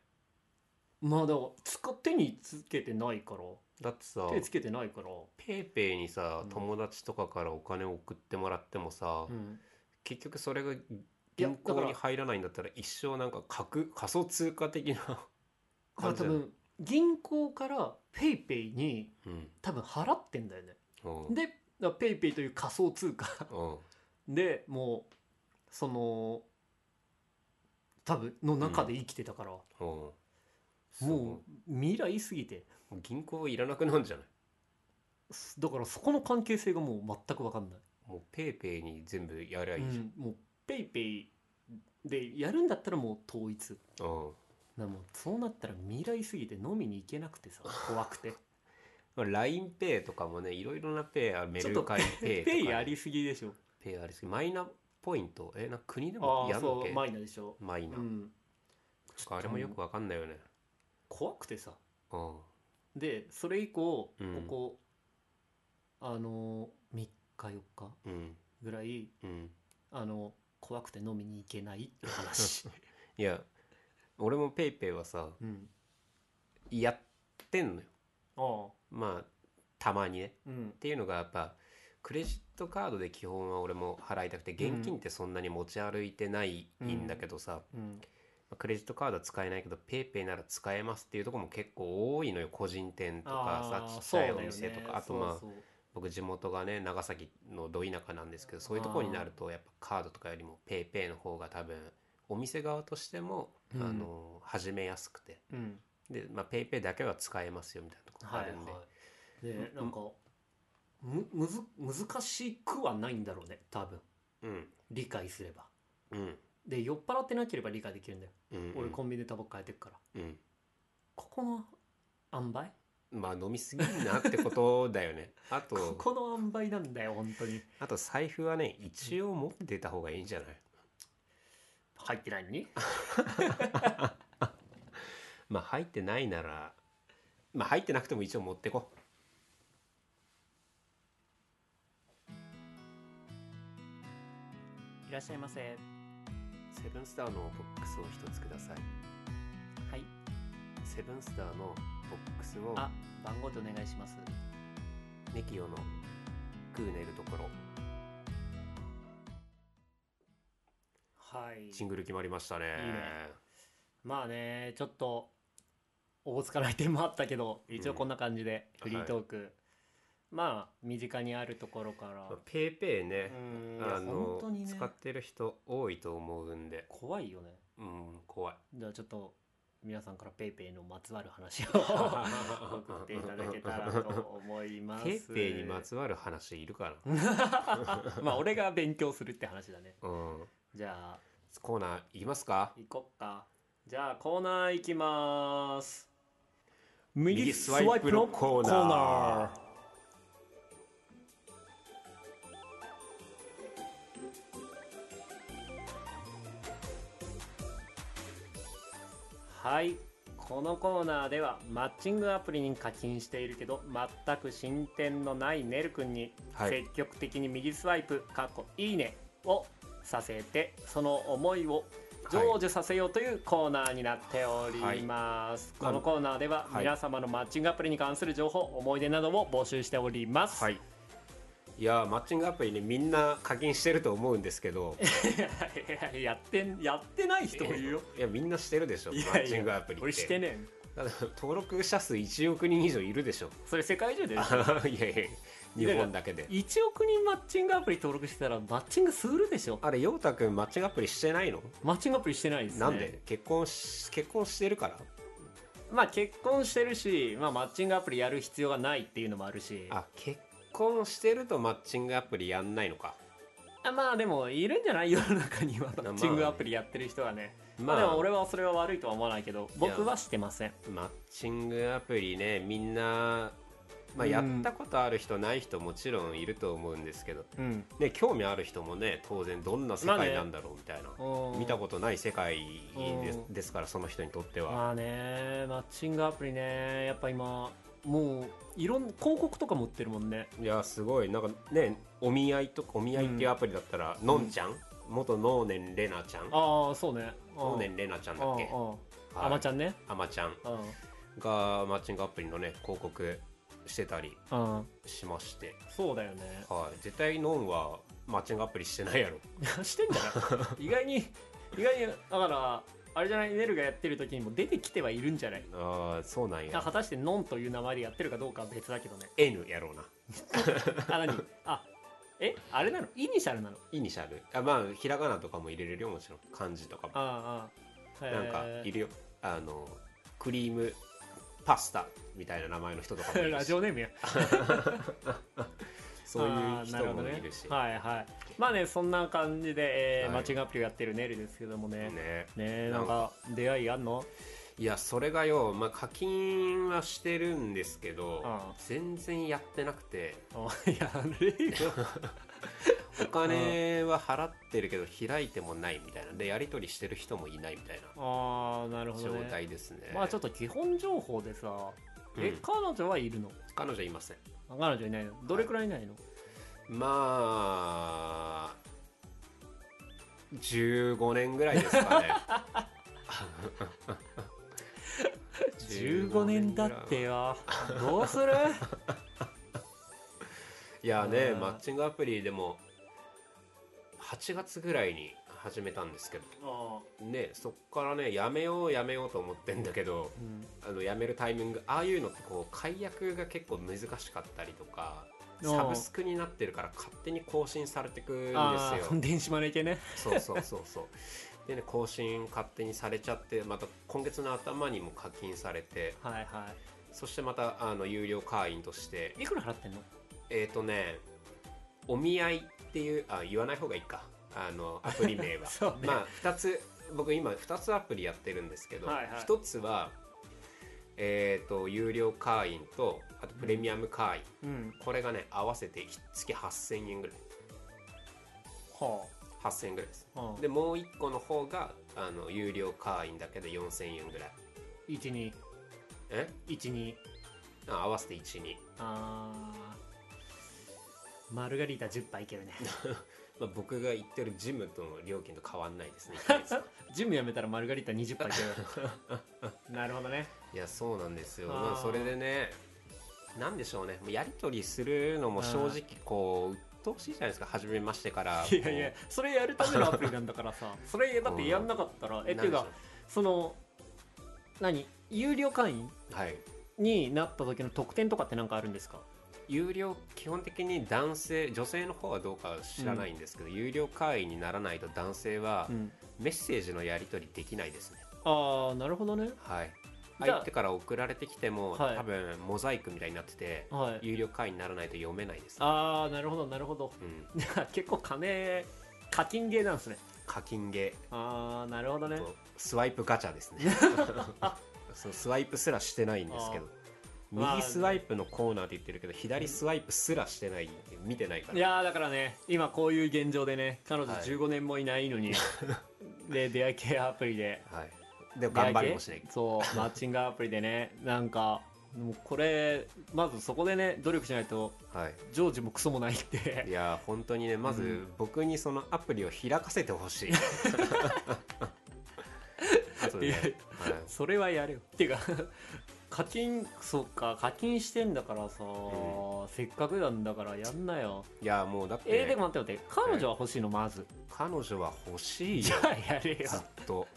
S1: まあだから使手につけてないから
S2: だってさ
S1: 手つけてないから、
S2: ペイペイにさ
S1: うん
S2: 友達とかからお金を送ってもらってもさ、
S1: うん、
S2: 結局それが
S1: や
S2: 銀行に入らないんだったら一生なんか格仮想通貨的な
S1: これ多
S2: 感じだ
S1: 分銀行からペイペイに
S2: うん
S1: 多分払ってんだよね
S2: うん
S1: でだからペイペイという仮想通貨
S2: うん
S1: でもうその多分の中で生きてたから、
S2: うん
S1: も
S2: そう
S1: 未来すぎて
S2: う銀行いらなくなるんじゃない
S1: すだからそこの関係性がもう全く分かんない、
S2: もうペイペイに全部やりゃいいじ
S1: うんもうペイペイでやるんだったらもう統一
S2: ゃん、うん
S1: なもうそうなったら未来すぎて飲みに行けなくてさ怖くて
S2: まあ、LINEPay とかもねいろいろなペイあメルカリペイとか
S1: ペ
S2: ね、
S1: イありすぎでしょ
S2: ペイありすぎマイナポイントえなんか国で
S1: あ
S2: もや
S1: あ
S2: んのっ
S1: そ
S2: け
S1: うマイナでしょ、
S2: マイ
S1: う
S2: ナ、
S1: ん、
S2: とかあれもよくわかんないよね
S1: 怖くてさ
S2: うん
S1: でそれ以降、
S2: うん
S1: ここあの3日4日
S2: うん
S1: ぐらい
S2: うん
S1: あの怖くて飲みに行けないって 話、
S2: いや俺もペイペイはさ
S1: うん、
S2: やってんのよ
S1: ああ
S2: まあたまにね
S1: うん
S2: っていうのがやっぱクレジットカードで基本は俺も払いたくて現金ってそんなに持ち歩いてないんだけどさ、
S1: うん
S2: まあクレジットカードは使えないけどペイペイなら使えますっていうところも結構多いのよ個人店とか
S1: あ
S2: さ
S1: あ
S2: ちっちゃい
S1: そう
S2: お
S1: だよね
S2: 店とかあとまあ
S1: そうそう
S2: 僕地元がね長崎のど田舎なんですけどそういうところになるとやっぱカードとかよりもペイペイの方が多分お店側としても、
S1: うん
S2: あの始めやすくて
S1: うん
S2: で、まあ、ペイペイだけは使えますよみたいなところが
S1: は
S2: あ
S1: い
S2: るんで、
S1: はいでなんかむむず難しくはないんだろうね多分
S2: うん
S1: 理解すれば
S2: うん
S1: で酔っ払ってなければ理解できるんだよ、
S2: うん
S1: 俺コンビニでタバコ買えてるから
S2: うん
S1: ここの塩梅
S2: まあ飲みすぎるなってことだよ ねあ
S1: ことこの塩梅なんだよ本当に
S2: あと財布はね一応持ってた方がいいんじゃない
S1: 入ってないのに
S2: まあ入ってないならまあ入ってなくても一応持ってこ
S1: いらっしゃいませは
S2: セブンスターのボックスを一つください
S1: い
S2: セブンスターのボックスを
S1: あ番号でお願いします
S2: ネキオのクーネルところ
S1: はい
S2: シングル決まりましたね
S1: いいねまあねちょっとおぼつかない点もあったけど一応こんな感じで
S2: う
S1: フ
S2: ん
S1: リートーク、まあ身近にあるところから
S2: まあペイペイね、
S1: うん
S2: あ
S1: 本
S2: の
S1: 当にね
S2: 使ってる人多いと思うんで
S1: 怖いよね
S2: うん怖い
S1: じゃあちょっと皆さんからペイペイのまつわる 話を送っていただけたらと思います
S2: ペイペイに まつわる話いるか
S1: まあ俺が勉強するって話だね
S2: なうん
S1: じゃあ
S2: コーナーいきますか
S1: 行こっかじゃあコーナー行きます
S2: 右スワイプのコーナー
S1: はいこのコーナーではマッチングアプリに課金しているけど全く進展のないねるくんに
S2: はい
S1: 積極的に右スワイプ、かっこいいねをさせてその思いを
S2: はい
S1: 成就させようというコーナーになっております、
S2: は
S1: こ
S2: い
S1: のコーナーでは
S2: はい
S1: 皆様のマッチングアプリに関する情報思い出などを募集しております、
S2: はいいやーマッチングアプリねみんな課金してると思うんですけど
S1: やってんやってない人もいるよ
S2: いやみんなしてるでしょ
S1: いやいや
S2: マッチングアプリって
S1: 俺してねえ
S2: だから登録者数1億人以上いるでしょ
S1: それ世界中で
S2: いやいや日本だけで
S1: 1億人マッチングアプリ登録してたらマッチングするでしょ
S2: あれ陽太くんマッチングアプリしてないの
S1: マッチングアプリしてないですね
S2: なんで結婚し結婚してるから
S1: まあ結婚してるし、まあ、マッチングアプリやる必要がないっていうのもあるし
S2: あ結婚してるとマッチングアプリやんないのか
S1: あまあでもいるんじゃない世の中にはマッチングアプリやってる人はね、まあ、でも俺はそれは悪いとは思わないけど僕はしてません
S2: マッチングアプリねみんな、まあ、やったことある人ない人もちろんいると思うんですけど、
S1: うん
S2: ね、興味ある人もね当然どんな世界なんだろうみたいな、
S1: うん
S2: 見たことない世界です
S1: うん
S2: ですからその人にとっては、
S1: まあねマッチングアプリねやっぱ今もういろん広告とかも売ってるもんね
S2: いやすごいなんかねお見合いとお見合いっていうアプリだったら、のんちゃん元能年レナちゃん
S1: ああそうね
S2: 能
S1: ね
S2: 年レナちゃんだ
S1: あ
S2: っけ
S1: あまち
S2: ゃん
S1: ゃんね
S2: あまちゃん
S1: うん
S2: がマッチングアプリのね広告してたり
S1: うん
S2: しまして
S1: そうだよね
S2: はい絶対ノンはマッチングアプリしてないやろ
S1: してんじゃ ない意外に意外にだからあれじゃないネルがやってる時にも出てきてはいるんじゃない
S2: ああそうなんや
S1: 果たしてノンという名前でやってるかどうかは別だけど ね
S2: N やろうな
S1: あ何あえあれなのイニシャルなの
S2: イニシャルあまあひらがなとかも入れれるよもちろん漢字とかも
S1: ああああ
S2: なんかいるよあのクリームパスタみたいな名前の人とかもいる
S1: ラ
S2: し
S1: ジオネームや
S2: そういう
S1: あーなる
S2: 人
S1: ほど
S2: も
S1: ね
S2: いるし
S1: はいはいまあねそんな感じで、えー
S2: はい
S1: マッチングアプリをやってるネルですけどもねね
S2: ね
S1: えなんか出会いあんの
S2: いやそれがよ、まあ、課金はしてるんですけど
S1: うん
S2: 全然やってなくて
S1: あいやるよ
S2: お金は払ってるけど開いてもないみたいなでやり取りしてる人もいないみたいな
S1: ああなるほど
S2: 状
S1: ね
S2: 態ですね
S1: まあちょっと基本情報でさえ、
S2: うん
S1: 彼女はいるの
S2: 彼女いません
S1: あ彼女いないのどれくらいいないの、
S2: まあ15年ぐらいですかね
S1: 15年だってよどうす る
S2: いやね
S1: うん
S2: マッチングアプリでも8月ぐらいに始めたんですけどねそっからねやめようやめようと思ってんだけど
S1: うん
S2: あのやめるタイミングああいうのってこう解約が結構難しかったりとか
S1: うん
S2: サブスクになってるから勝手に更新されてくんです
S1: あ
S2: よ
S1: ー電子マネー系ね
S2: そうそうそうそう。でね、更新勝手にされちゃって、また今月の頭にも課金されて、
S1: はいは
S2: そしてまた、あの、有料会員として、
S1: いいくら払ってんの
S2: えっ、とね、お見合いっていう、あ、言わない方がいいか。あの、アプリ名は。
S1: そうね
S2: まあ、二つ、僕今二つアプリやってるんですけど、一、
S1: はいはい
S2: つは、えっ、と、有料会員と、あとプレミアム会員。
S1: うん
S2: これがね、合わせて月8000円ぐらい。
S1: は
S2: 8000円ぐらいです。
S1: あ、うん、
S2: でもう一個の方があの有料会員だけで4000円ぐらい
S1: 1212
S2: えあ合わせて12、
S1: あーマルガリータ10杯いけ るね
S2: まあ、僕が行ってるジムとの料金と変わんないですね一ヶ 月は
S1: ジムやめたらマルガリータ20杯いけ るなるほどね
S2: いやそうなんですよ
S1: あー
S2: まあ、それでねなんでしょうねもうやり取りするのも正直こう鬱陶しいじゃないですか初めましてから
S1: いやいやそれやるためのアプリなんだから さそれだってやんなかったら
S2: こ
S1: えっていうかその何有料会員
S2: なんでしょうはい
S1: になった時の特典とかって何かあるんですか
S2: 有料基本的に男性女性の方はどうかは知らないんですけど、有料会員にならないと男性は
S1: うん
S2: メッセージのやり取りできないですね
S1: ああなるほどね
S2: はい、
S1: じゃあ
S2: 相手から送られてきても、
S1: はい
S2: 多分モザイクみたいになってて、
S1: はい
S2: 有料会員にならないと読めないです、
S1: ああなるほどなるほど
S2: うん、
S1: じゃあ結構金課金ゲーなんですね
S2: 課金ゲ
S1: ああなるほど
S2: ー
S1: ね
S2: とスワイプガチャ ですね そのスワイプすらしてないんですけど
S1: あー
S2: 右スワイプのコーナーって言ってるけど左スワイプすらしてない見てないか
S1: い
S2: ら
S1: やーだからね今こういう現状でね彼女
S2: はい
S1: 15年もいないのに、 で出会い系アプリで
S2: はいでも頑張りもしない
S1: 出会い系そうマッチングアプリでねなんかもうこれまずそこでね努力しないと
S2: はい
S1: ジョージもクソもないっ
S2: い
S1: て
S2: やー本当にねま
S1: う
S2: ず
S1: ん
S2: 僕にそのアプリを開かせてほ しいあとね、はい
S1: それはやれよっていうか 課金そっか課金してんだからさ、
S2: う
S1: せっかくなんだからやんなよ
S2: いやもうだって、
S1: えー、でも待って待って彼女は欲しいのまず、
S2: 彼女は欲しい
S1: じ
S2: よ
S1: ゃあやれよ
S2: ずっと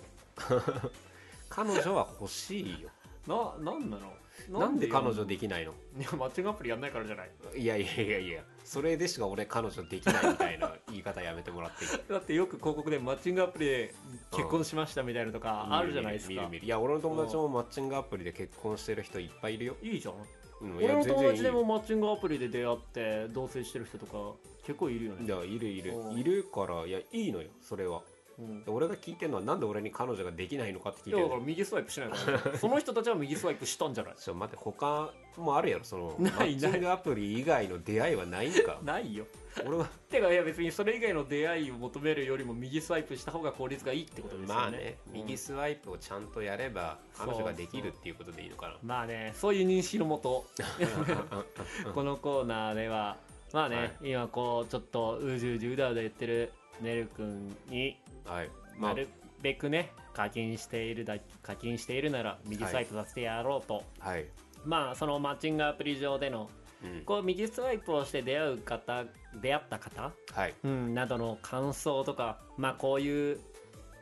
S2: 彼女は欲しいよ
S1: ななんなの
S2: なんで彼
S1: やん
S2: 女できないの
S1: いやマッチングアプリやんないからじゃない
S2: いやいやいやいやそれでしか俺彼女できないみた いな言い方やめてもらっていい
S1: だってよく広告でマッチングアプリで結婚しましたみたいなとかあるじゃないです
S2: 見る
S1: か
S2: 見る見るいや俺の友達もマッチングアプリで結婚してる人いっぱいいるよ、
S1: いいじゃん
S2: うん、い
S1: 俺
S2: や
S1: の
S2: 全
S1: 友
S2: 然い
S1: 達
S2: い
S1: で
S2: よ
S1: もマッチングアプリで出会って同棲してる人とか結構いるよ
S2: い
S1: ね、
S2: やいるいる
S1: うん
S2: いるからいやいいのよそれは
S1: うん
S2: で俺が聞いてるのはなんで俺に彼女ができないのかって聞い
S1: いや
S2: てる
S1: だから
S2: の
S1: 右スワイプしない からねその人たちは右スワイプしたんじゃない
S2: ちょ待って他もあるやろその
S1: な
S2: マ
S1: い
S2: ッチングアプリ以外の出会いはないん か
S1: ないよ
S2: 俺は
S1: てかいや別にそれ以外の出会いを求めるよりも右スワイプした方が効率がいいってことですよね
S2: まあね右スワイプをちゃんとやれば
S1: うん
S2: 彼女ができるっていうことでいいのかな
S1: うんまあねそういう認識のもと
S2: うん
S1: このコーナーではまあね、
S2: はい
S1: 今こうちょっとうじうじうだうだ言ってるねるくんに
S2: はいま
S1: な
S2: あ
S1: るべくね課金しているだ課金しているなら右スワイプさせてやろうと、
S2: はい、
S1: まあそのマッチングアプリ上での
S2: うん
S1: こう右スワイプをして出会う方出会った方、
S2: はい
S1: うん、などの感想とかまあこういう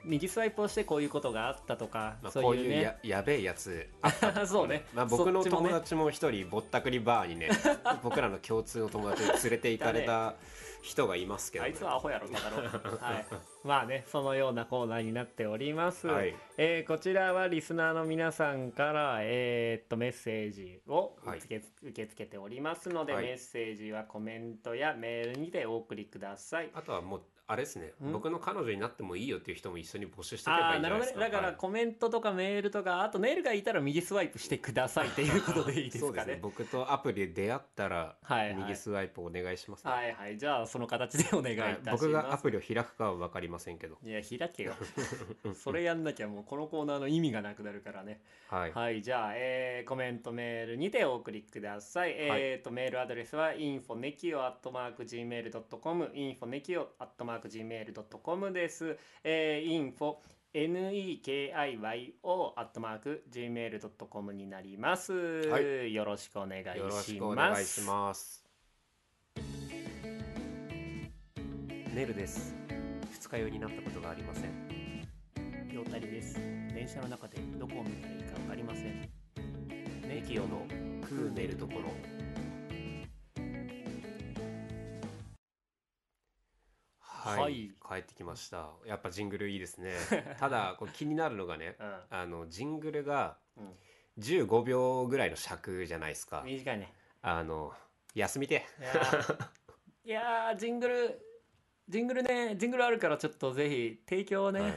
S1: 右スワイプをしてこういうことがあったとか、
S2: まあ、
S1: そう
S2: こう
S1: いう
S2: いうや
S1: ね
S2: やべえやつ、
S1: そうね、
S2: まあ、僕
S1: そっ
S2: の
S1: ちも
S2: 友
S1: ね
S2: 達も一人ぼったくりバー にね僕らの共通の友達に連れて行かれた人がいますけど、
S1: あ
S2: ね、
S1: いつはアホやろバカ野郎 はいまあねそのようなコーナーになっております、
S2: はい
S1: えーこちらはリスナーの皆さんから、えーっとメッセージを受け,、受け付けておりますので、
S2: はい
S1: メッセージはコメントやメールにてお送りください。
S2: あとはもうあれですね
S1: ん
S2: 僕の彼女になってもいいよっていう人も一緒に募集しておけ
S1: あ
S2: ば
S1: あ
S2: いいんじ
S1: な
S2: ゃ
S1: る
S2: な
S1: ほ
S2: い
S1: ど
S2: です
S1: ね
S2: か
S1: だから
S2: はい
S1: コメントとかメールとかあとネイルがいたら右スワイプしてくださいっていうことでいいで
S2: そ
S1: す
S2: うで
S1: か
S2: すね
S1: ね。
S2: 僕とアプリで出会ったら
S1: はいはい
S2: 右スワイプお願いしますね、
S1: はいはいじゃあその形でお願いいたします。
S2: はい僕がアプリを開くかは分かりませんけど
S1: いや開けよそれやんなきゃもうこのコーナーの意味がなくなるからね。
S2: はい、
S1: はい、じゃあ、えーコメントメールにてお送りください。えーと、メールアドレスは info.nekio.gmail.com、info.nekio.gmail.com です。えー、info nekiyo.gmail.com になります、
S2: はい
S1: よろしくお願いします。
S2: よろしくお願いしますネルです二日酔いになったことがありません
S1: 陽太りです。電車の中でどこを見たらいいかわかりません。
S2: ネキオのクーネルところはい、
S1: はい
S2: 帰ってきましたやっぱジングルいいですねただこれ気になるのがね
S1: うん。
S2: あのジングルが
S1: うん
S2: 15秒ぐらいの尺じゃないですか
S1: 短いね。
S2: あの休みて
S1: いやー いやージングルジングルねジングルあるからちょっとぜひ提供をね、
S2: はい、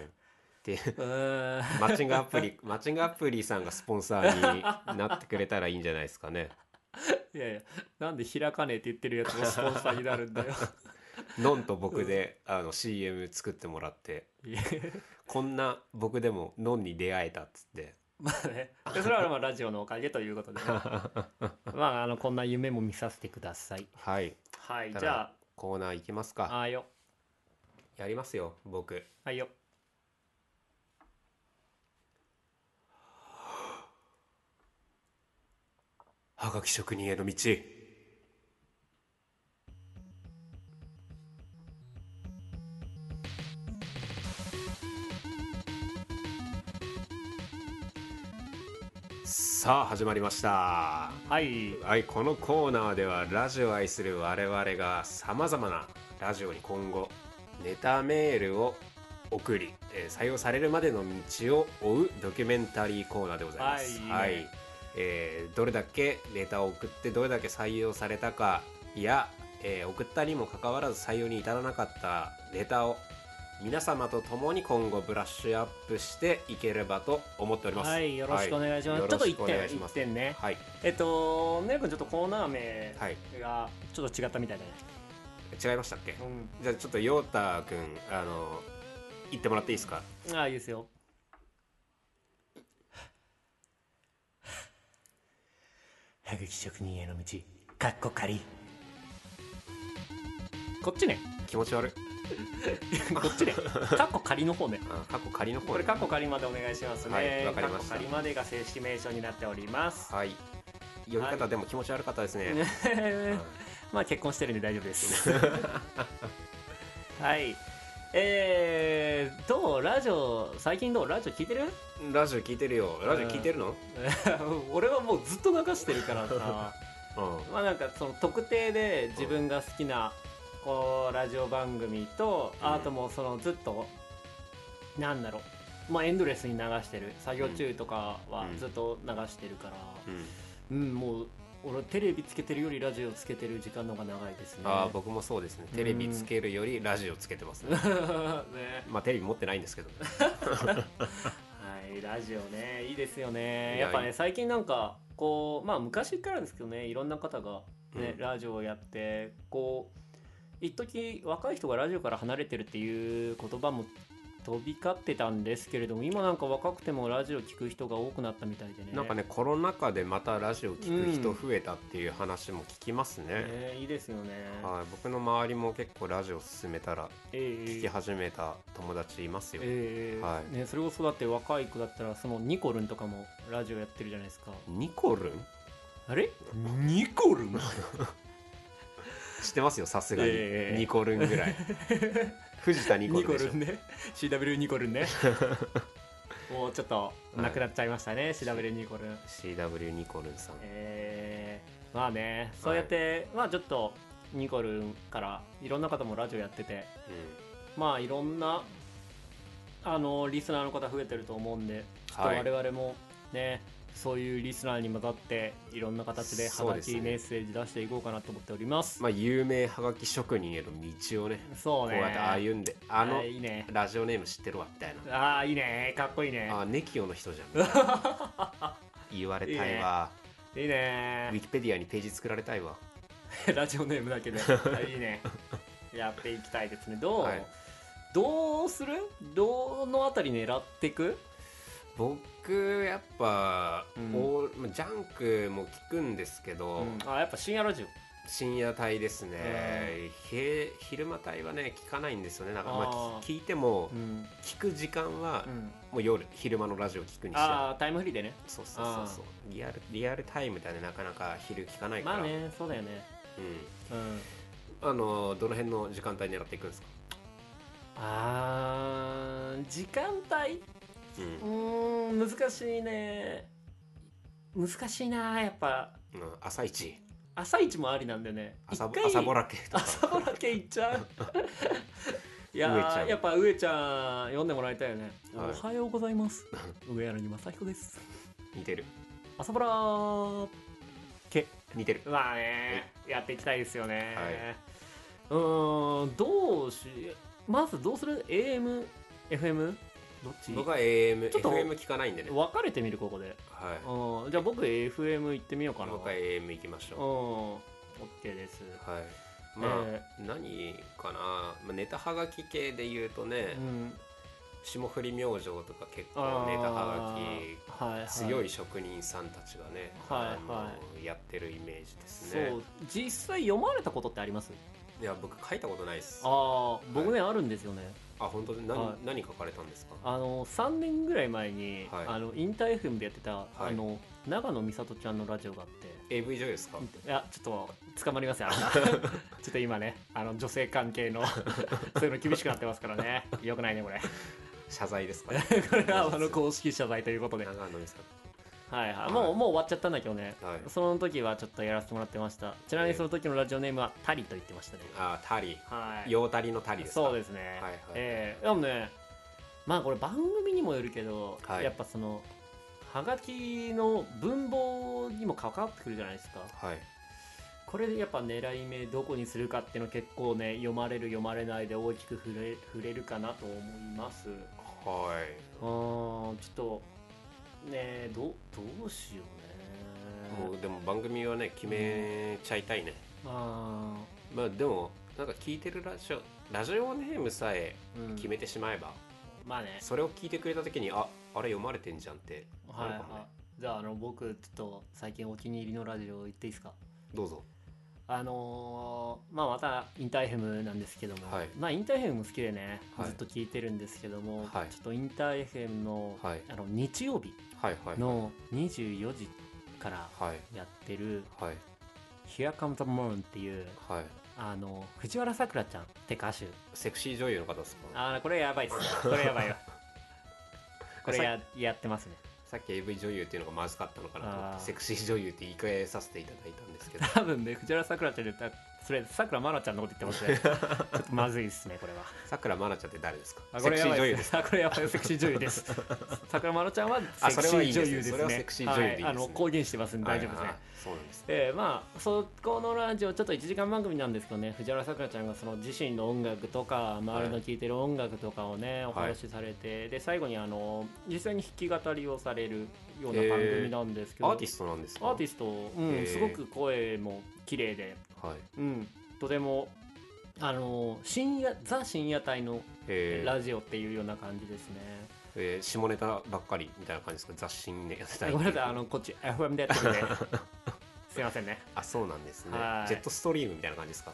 S2: で
S1: うーん
S2: マッチングアプリ マッチングアプリさんがスポンサーになってくれたらいいんじゃないですかね
S1: いやいやなんで開かねえって言ってるやつもスポンサーになるん だよ
S2: ノンと僕で、あの CM 作ってもらって
S1: いや
S2: こんな僕でもノンに出会えたっつって
S1: まあねでそれはまあラジオのおかげということで、 ね、まああのこんな夢も見させてください
S2: はい
S1: はい
S2: ただ
S1: じゃ
S2: コーナー行きます
S1: あ
S2: か
S1: あーよ
S2: やりますよ僕
S1: はいよ
S2: はがき職人への道さあ始まりました
S1: はい
S2: はい、このコーナーではラジオを愛する我々がさまざまなラジオに今後ネタメールを送り、えー採用されるまでの道を追うドキュメンタリーコーナーでございます。
S1: はい
S2: えーどれだけネタを送ってどれだけ採用されたかや、えー送ったにもかかわらず採用に至らなかったネタを皆様と共に今後ブラッシュアップしていければと思っております。
S1: はいよろしくお願いします、
S2: は
S1: ちょっと一
S2: よ
S1: 点
S2: ろしくお願いしま
S1: 一
S2: す
S1: 点ね
S2: はい、
S1: えっとねるくんちょっとコーナー名
S2: はい、
S1: がちょっと違ったみたいだね、
S2: 違いましたっけ、じゃあちょっと陽太くんあの言ってもらっていいですか
S1: うんああいいですよはがき職人への道かっこかりこっちね
S2: 気持ち悪い
S1: こっちねかっこかりの方ね
S2: あ過去仮の方
S1: これかっこかりまでお願いしますね
S2: はいわかり
S1: か
S2: ま
S1: っこ
S2: した
S1: かりまでが正式名称になっております
S2: はい読み
S1: は
S2: 方でも気持ち悪かったですね、うん
S1: まあ結婚してるんで大丈夫ですはいえー、どうラジオ最近どうラジオ聞いてる
S2: ラジオ聞いてるよラジオ聞いてるの、
S1: 俺はもうずっと流してるからさ
S2: うん
S1: まあなんかその特定で自分が好きなこうラジオ番組と
S2: うん
S1: あともうそのずっとなんだろうまあエンドレスに流してる作業中とかは
S2: うん
S1: ずっと流してるからうんもう俺テレビつけてるよりラジオつけてる時間の方が長いですね
S2: ああ僕もそうですねテレビつけるよりラジオつけてますね、
S1: ね
S2: まあテレビ持ってないんですけど
S1: はい、ラジオねいいですよね
S2: いや
S1: やっぱ
S2: い
S1: ね
S2: い
S1: 最近なんかこうまあ昔からですけどねいろんな方が、ね
S2: うん
S1: ラジオをやってこう一時若い人がラジオから離れてるっていう言葉も飛び交ってたんですけれども今なんか若くてもラジオ聞く人が多くなったみたいでね
S2: なんかねコロナ禍でまたラジオ聞く人増えたっていう話も聞きますね、
S1: ねいいですよね、
S2: はい僕の周りも結構ラジオ進めたら
S1: ええ
S2: 聞き始めた友達いますよ、
S1: ええ
S2: はい
S1: ね、それこそだって若い子だったらそのニコルンとかもラジオやってるじゃないですか
S2: ニコルン
S1: あれ
S2: ニコルン 知ってますよさすがに、
S1: ええ
S2: ニコルンぐら い 藤田ニコルンでしょ
S1: ね CW ニコルンねもうちょっとなくなっちゃいましたね、CW ニコルン
S2: CW ニコルンさん
S1: えー、まあねそうやって、まあちょっとニコルンからいろんな方もラジオやってて
S2: う
S1: まあいろんなあのリスナーの方増えてると思うんでちょっと
S2: はい
S1: 我々もね、そういうリスナーに混ざっていろんな形でハ
S2: そう
S1: ガ
S2: です
S1: キ
S2: ね
S1: メッセージ出していこうかなと思っております
S2: んまあ有名はがき職人への道をね
S1: そうね
S2: こうやって歩んであの
S1: いいね
S2: ラジオネーム知ってるわみたいな
S1: ああいいねかっこいいね
S2: あネキオの人じゃんみたいな 言われたいわ
S1: いいね
S2: ウィキペディアにページ作られたいわ
S1: ラジオネームだけで いいねやっていきたいですねどう、
S2: はい
S1: どうするどのあたり狙ってく
S2: 僕やっぱ、
S1: うん
S2: オールジャンクも聞くんですけど、
S1: あやっぱ深夜ラジオ
S2: 深夜帯ですね、へ昼間帯はね聞かないんですよねなんかまあ
S1: あー
S2: 聞聞いても、
S1: うん、
S2: 聞く時間は、
S1: うん、
S2: もう夜昼間のラジオ聞くにしちゃ
S1: ああタイムフリーでね
S2: うそうそうそうそうリアルリアルタイムだねなかなか昼聞かないから、
S1: まあねそうだよね
S2: うん
S1: うん
S2: あのどの辺の時間帯狙っていくんですか、
S1: あー時間帯
S2: うん
S1: うーん難しいね難しいなやっぱ
S2: うん朝一
S1: 朝一もありなんでね
S2: 朝
S1: 一回
S2: 朝ぼらけとか
S1: 朝ぼらけいっちゃういや
S2: 上ちゃ
S1: ー
S2: ん
S1: やっぱ上ちゃん読んでもらいたいよね、
S2: はい
S1: おはようございます 上柳正彦です
S2: 似てる
S1: 朝ぼらーけ
S2: 似てる
S1: まあねやっていきたいですよね、
S2: はいう
S1: ーんどうしまずどうする AMFM どっち
S2: 僕は AM
S1: ちょっと
S2: FM 聞かないんでね
S1: 分かれてみるここで
S2: はい
S1: うんじゃあ僕 FM 行ってみようかな
S2: 僕は AM 行きまし
S1: うん
S2: ょ
S1: OK です
S2: うはいまあ、
S1: え
S2: 何かな、まあ、ネタはがき系で言うとね、
S1: うん
S2: 霜降り明星とか結
S1: あ
S2: 構
S1: ー
S2: ネタはが
S1: はいはい
S2: き強い職人さんたちがね、
S1: はい
S2: あの
S1: は
S2: やってるイメージです
S1: そ
S2: ね
S1: う実際読まれたことってあります
S2: いや僕書いたことないですあ
S1: ああ僕ね、あるんですよね
S2: 本当に何,、
S1: はい
S2: 何書かれたんですか
S1: あの3年ぐらい前に、
S2: はい
S1: あのインター FM でやってた、
S2: い
S1: あの長野美里ちゃんのラジオがあって
S2: AV 女優ですか
S1: いやちょっと捕まり ますよあなたちょっと今ねあの女性関係 のそういうの厳しくなってますからねよくないね これ
S2: 謝罪ですか
S1: これはあの公式謝罪ということで、は
S2: 長野美さん
S1: いはい、もうもう終わっちゃったんだけどね、
S2: はい
S1: その時はちょっとやらせてもらってましたちなみに
S2: えー
S1: その時のラジオネームはタリと言ってましたね
S2: あータリ
S1: はい
S2: 用タリのタリですか
S1: そうですね、
S2: はいはい
S1: ええでもねまあこれ番組にもよるけど、
S2: はい
S1: やっぱそのはがきの文法にも関わってくるじゃないですか
S2: はい
S1: これでやっぱ狙い目どこにするかっていうの結構ね読まれる読まれないで大きく触れ触れるかなと思いますう
S2: はい
S1: ーんちょっとねどどうしよう
S2: も
S1: ね
S2: うでも番組はね決めちゃいたいね、
S1: あ
S2: まあでもなんか聞いてるラジオラジオネームさえ
S1: ー、うん、
S2: 決めてしまえば、
S1: まあね
S2: それを聞いてくれた時にああれ読まれてんじゃんって
S1: はい、
S2: な
S1: は
S2: るかもね
S1: い、じゃああの僕ちょっと最近お気に入りのラジオ言っていいですか
S2: どうぞ
S1: あのーまあまたインターヘムなんですけども、
S2: はい
S1: まあインターヘムも好きでね、
S2: はい
S1: ずっと聞いてるんですけども、
S2: はい
S1: ちょっとインターヘムの,、
S2: はい
S1: あの日曜日
S2: はいはい
S1: の24時から
S2: はい
S1: やってる
S2: はい
S1: 「Here Comes the Moon」っていう
S2: はい
S1: あの藤原さくらちゃんって歌手
S2: セクシー女優の方ですか
S1: ああこれやばいっすねこれやばい わこれややってますね
S2: さっき AV 女優っていうのがまずかったのかなと思っ
S1: あー
S2: てセクシー女優って言い換えさせていただいたんですけ ど
S1: 多分ね藤原さくらちゃんで言ったらそれさくらまなちゃんのこと言って ますねちょっとまずいっすねこれは
S2: さくらまなちゃんって誰ですか
S1: あこ
S2: セク
S1: れや
S2: シー
S1: ば
S2: 女
S1: い
S2: 優
S1: っ
S2: です
S1: すねあこれやばいセクシー女優です さくらまなちゃんは
S2: あ
S1: セクシ
S2: それはい
S1: ー
S2: いです
S1: 女優
S2: ね
S1: ですね
S2: それはセクシー女優でいいですね
S1: はあの公言してますんで 大丈夫ですね、
S2: はいはいそうなんですね
S1: えーまあそこのラジオちょっと1時間番組なんですけどね藤原さくらちゃんがその自身の音楽とか周りの聴いてる音楽とかをね、お話しされて、で最後にあの実際に弾き語りをされるような番組なんですけど、
S2: アーティストなんですか
S1: アーティストうん
S2: へー
S1: すごく声も綺麗で、
S2: はい
S1: うん、とてもあの深夜ザ深夜帯の
S2: えー
S1: ラジオっていうような感じですね。
S2: えー下ネタばっかりみたいな感じですか雑誌にねやってたり
S1: ごめんなさいあの こっち FM でやってるんですいませ んね。
S2: あそうなんですね
S1: はい
S2: ジェットストリームみたいな感じですか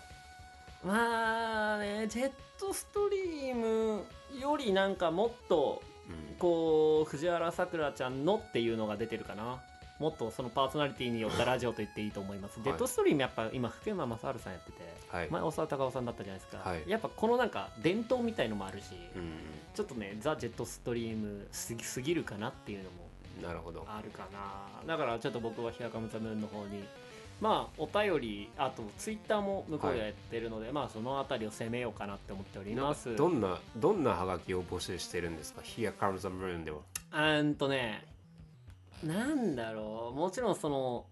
S1: まあねジェットストリームよりなんかもっと
S2: うん
S1: こう藤原さくらちゃんのっていうのが出てるかなもっとそのパーソナリティによったラジオと言っていいと思います、
S2: い
S1: ジェットストリームやっぱ今福山雅治さんやってて、
S2: はい
S1: 前大沢たかおさんだったじゃないですか、
S2: はい
S1: やっぱこのなんか伝統みたいのもあるし、
S2: うん
S1: ちょっとねザ・ジェットストリームすぎすぎるかなっていうのも
S2: なるほど
S1: あるかなだからちょっと僕は「ひやかむたむん」の方にまあお便りあとツイッターも向こうでやってるので、まあその辺りを攻めようかなって思っております
S2: どんなどんなハガキを募集してるんですか Here comes the moon では
S1: うーんとねなんだろうもちろんその、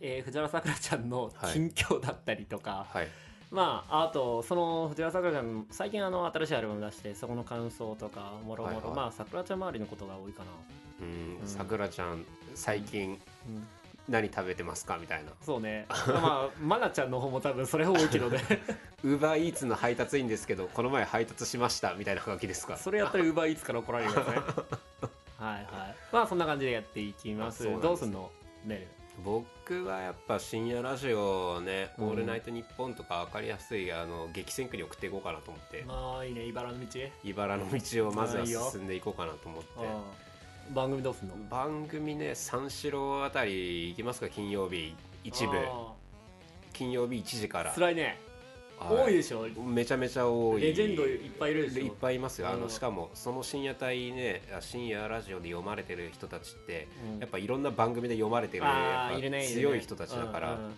S1: えー藤原さくらちゃんの
S2: はい
S1: 近況だったりとか、
S2: はい
S1: まああとその藤原さくらちゃん最近あの新しいアルバム出してそこの感想とかもろも
S2: はいは
S1: ろ
S2: い
S1: まあさくらちゃん周りのことが多いかな、
S2: うん
S1: うん
S2: さくらちゃん最近
S1: うん
S2: 何食べてますかみたいな
S1: そう ねまあまなちゃんの方も多分それ多いけどね
S2: ウーバーイーツの配達員ですけどこの前配達しましたみたいなハガキですか
S1: それやったらウーバーイーツから怒られる からねはいはいまあそんな感じでやっていきます
S2: あそうなんです
S1: どうすんのメル
S2: 僕はやっぱ深夜ラジオね「
S1: うん
S2: オールナイトニッポン」とか分かりやすいあの激戦区に送っていこうかなと思って
S1: まあいいね茨の道
S2: 茨の道をまず
S1: あ
S2: はい
S1: いよ
S2: 進んでいこうかなと思って
S1: ああ番組どうすんの
S2: 番組ね三四郎あたり行きますか金曜日一部
S1: あ
S2: 金曜日1時か
S1: あ
S2: ら
S1: 辛いね
S2: は
S1: 多いでしょ
S2: めちゃめちゃ多い
S1: レジェンドいっぱいいるでしょ
S2: いっぱいいますよあ
S1: う
S2: の
S1: ん
S2: しかもその深夜帯ねあ深夜ラジオで読まれてる人たちって
S1: うん
S2: やっぱいろんな番組で読まれてるや
S1: ああ
S2: っぱ
S1: いるねるね
S2: 強い人たちだから
S1: うん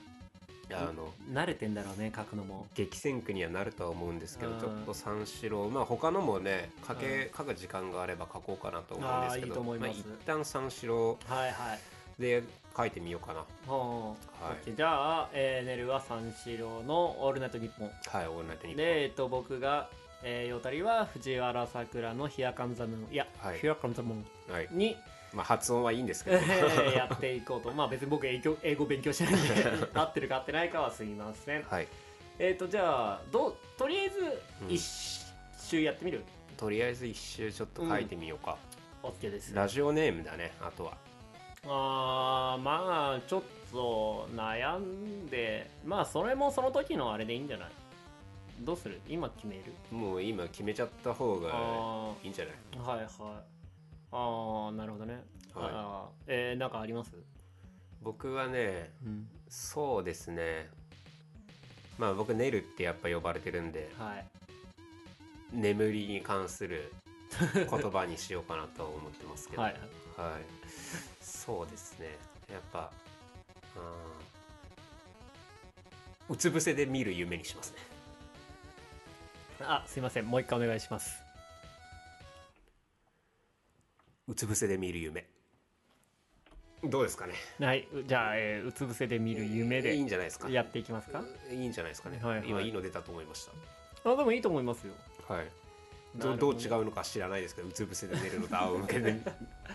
S2: あの
S1: うん慣れてんだろうね書くのも
S2: 激戦区にはなるとは思うんですけど
S1: うん
S2: ちょっと三四郎まあ他のもね書け
S1: う
S2: 書く時間があれば書こうかなと思うんですけ
S1: あーいい
S2: ど
S1: と思い
S2: まあ
S1: ます
S2: 一旦三四郎
S1: はいはい
S2: で書いてみようかな
S1: ほう
S2: はい
S1: OK じゃあ、えー、ネルは三四郎の「オールナイトニッポン
S2: はい「オールナイトニッポン」
S1: で、えっと、僕が、えー、ヨタリは藤原さくらのヒアカンザムーン、いや、
S2: はい
S1: ヒアカンザムーン
S2: はい
S1: に、
S2: まあ発音はいいんですけ
S1: え
S2: ど
S1: ーやっていこうと。まあ別に僕英語、英語勉強してないんで、 合ってるか合ってないかはすみません。
S2: はい
S1: えっ、と、じゃあ、どう、とりあえず
S2: う、ん
S1: 一周やってみる、
S2: とりあえず一周ちょっと書いてみようか
S1: ?OK です。
S2: ラジオネームだねあとは
S1: あー、まあ、ちょっと悩んで、まあそれもその時のあれでいいんじゃないどうする今決める、
S2: もう今決めちゃった方が
S1: あ
S2: いいんじゃない
S1: ー、はいはい。あー、なるほどね。
S2: はい
S1: あーえー、なんかあります
S2: 僕はね
S1: うん、
S2: そうですねまあ僕「ネル」ってやっぱ呼ばれてるんで
S1: はい。
S2: 眠りに関する言葉にしようかなとは思ってますけど
S1: はい
S2: はい、そうですねやっぱうんうつ伏せで見る夢にしますね
S1: あ、すいません。もう一回お願いします。
S2: うつ伏せで見る夢どうですかね
S1: はい。うじゃあ、えーうつ伏せで見る夢
S2: いい
S1: で
S2: んじゃないですか
S1: やっていきますか。
S2: いいんじゃないですかね、
S1: はいはい
S2: 今いいの出たと思いまし
S1: あ、でもいいと思いますよ。
S2: たはい
S1: な
S2: ど
S1: るほ
S2: どう
S1: ど
S2: 違うのか知らないですけどうつ伏せで寝るのと仰向 けで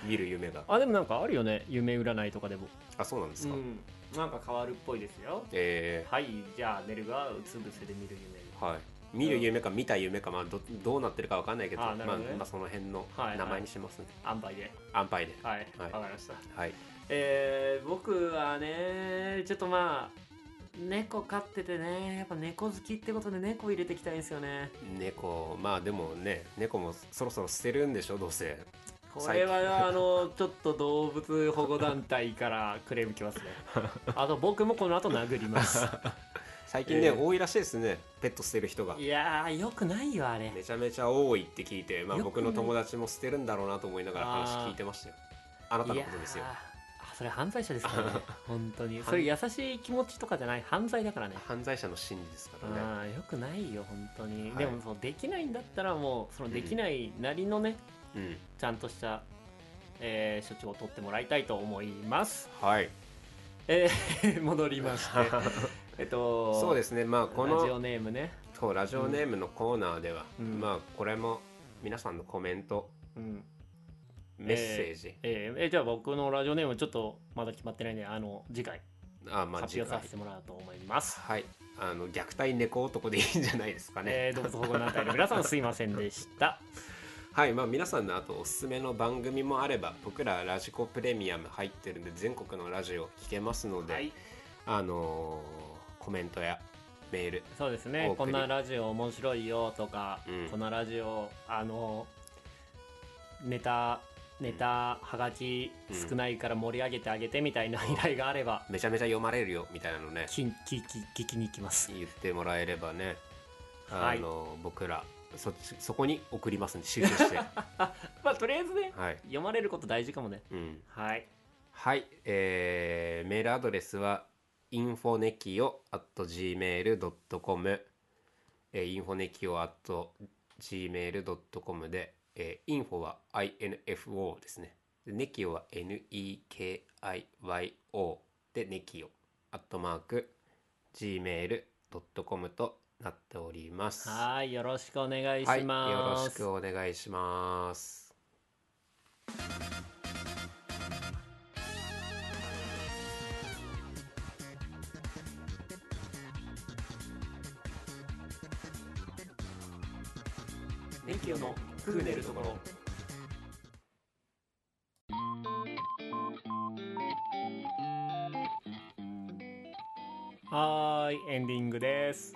S2: 見る夢が
S1: あ、でもなんかあるよね。夢占いとかでも。
S2: あそうなんですか、
S1: ん。なんか変わるっぽいですよ。
S2: え
S1: はい。じゃあ、寝るがうつ伏せで見る夢。
S2: ーはい見る夢か見た夢か、まあ、どどうなってるかわかんないけど
S1: あなるほどね
S2: まあまあ、その辺の
S1: はいはい
S2: 名前にしますね、
S1: 安牌で。
S2: 安牌で
S1: はい。わ、
S2: はい
S1: かりました。
S2: はい
S1: えー、僕はね、ちょっとまあ、猫飼っててね、やっぱ猫好きってことで猫入れていきたいんですよね。
S2: 猫まあでもね猫もそろそろ捨てるんでしょどうせ
S1: これはあのちょっと動物 保護団体からクレームきますねあと僕もこの後殴ります
S2: 最近
S3: え
S2: ね、
S3: え
S2: 多いらしいですねペット捨てる人が
S1: いやーよくないよあれ
S2: めちゃめちゃ多いって聞いて、まあ、
S1: よく
S2: 僕の友達も捨てるんだろうなと思いながら話
S1: あー
S2: 聞いてましたよあなたのことですよ
S1: いやーあそれ犯罪者です からね本当にそれ優しい気持ちとかじゃない犯罪だからね
S2: 犯罪者の心理ですからね
S1: あーよくないよ本当に、
S2: はい
S1: でもそうできないんだったらもうそのできないなりのね、
S2: うん
S1: ちゃんとした、えー処置を取ってもらいたいと思います、
S2: はい
S1: えー戻りま して えっと
S2: そうですすねまあこ
S1: ラジオ
S2: の
S1: ネームね、
S2: そうラジオネームのコーナーでは、
S1: うん
S2: まあこれも皆さんのコメント
S1: うん
S2: メッセージ、
S1: えーえーじゃあ僕のラジオネームちょっとまだ決まってないんであの次回
S2: あまあ
S1: 発
S2: 次
S1: 表
S2: 回
S1: させてもらおうと思います、
S2: はいあの虐待猫男でいいんじゃないですかね、
S1: えー、動物保護団体の皆さんすいませんで した
S2: はいまあ皆さんのあとおすすめの番組もあれば僕らラジコプレミアム入ってるんで全国のラジオ聞けますので、
S1: はい
S2: あのーコメントやメール
S1: そうです
S2: お送
S1: ね
S2: り
S1: こんなラジオ面白いよとか、
S2: うん
S1: こんなラジオあのネタネタはがき少ないから盛り上げてあげてみたいな依頼があれば、
S2: めちゃめちゃ読まれるよみたいなのね
S1: ききき聞きに行きます
S2: 言ってもらえればね
S1: は
S2: あ
S1: い
S2: のー、僕らそっちそこに送りますんで集中し ては
S1: まあとりあえずね
S2: い、
S1: 読まれること大事かもね
S2: うん、
S1: はい
S2: はい、えーメールアドレスは infonekio.gmail.com、えー、infonekio.gmail.com で、えー、info は info ですね。で nekio は nekio で nekio アットマーク gmail.com となっております。
S1: はいよろしくお願い
S2: はい、
S1: し
S2: よ
S1: ま
S2: ろし
S1: す、
S2: くお願いします。
S1: ネキオのクーネルところはーいエンディングです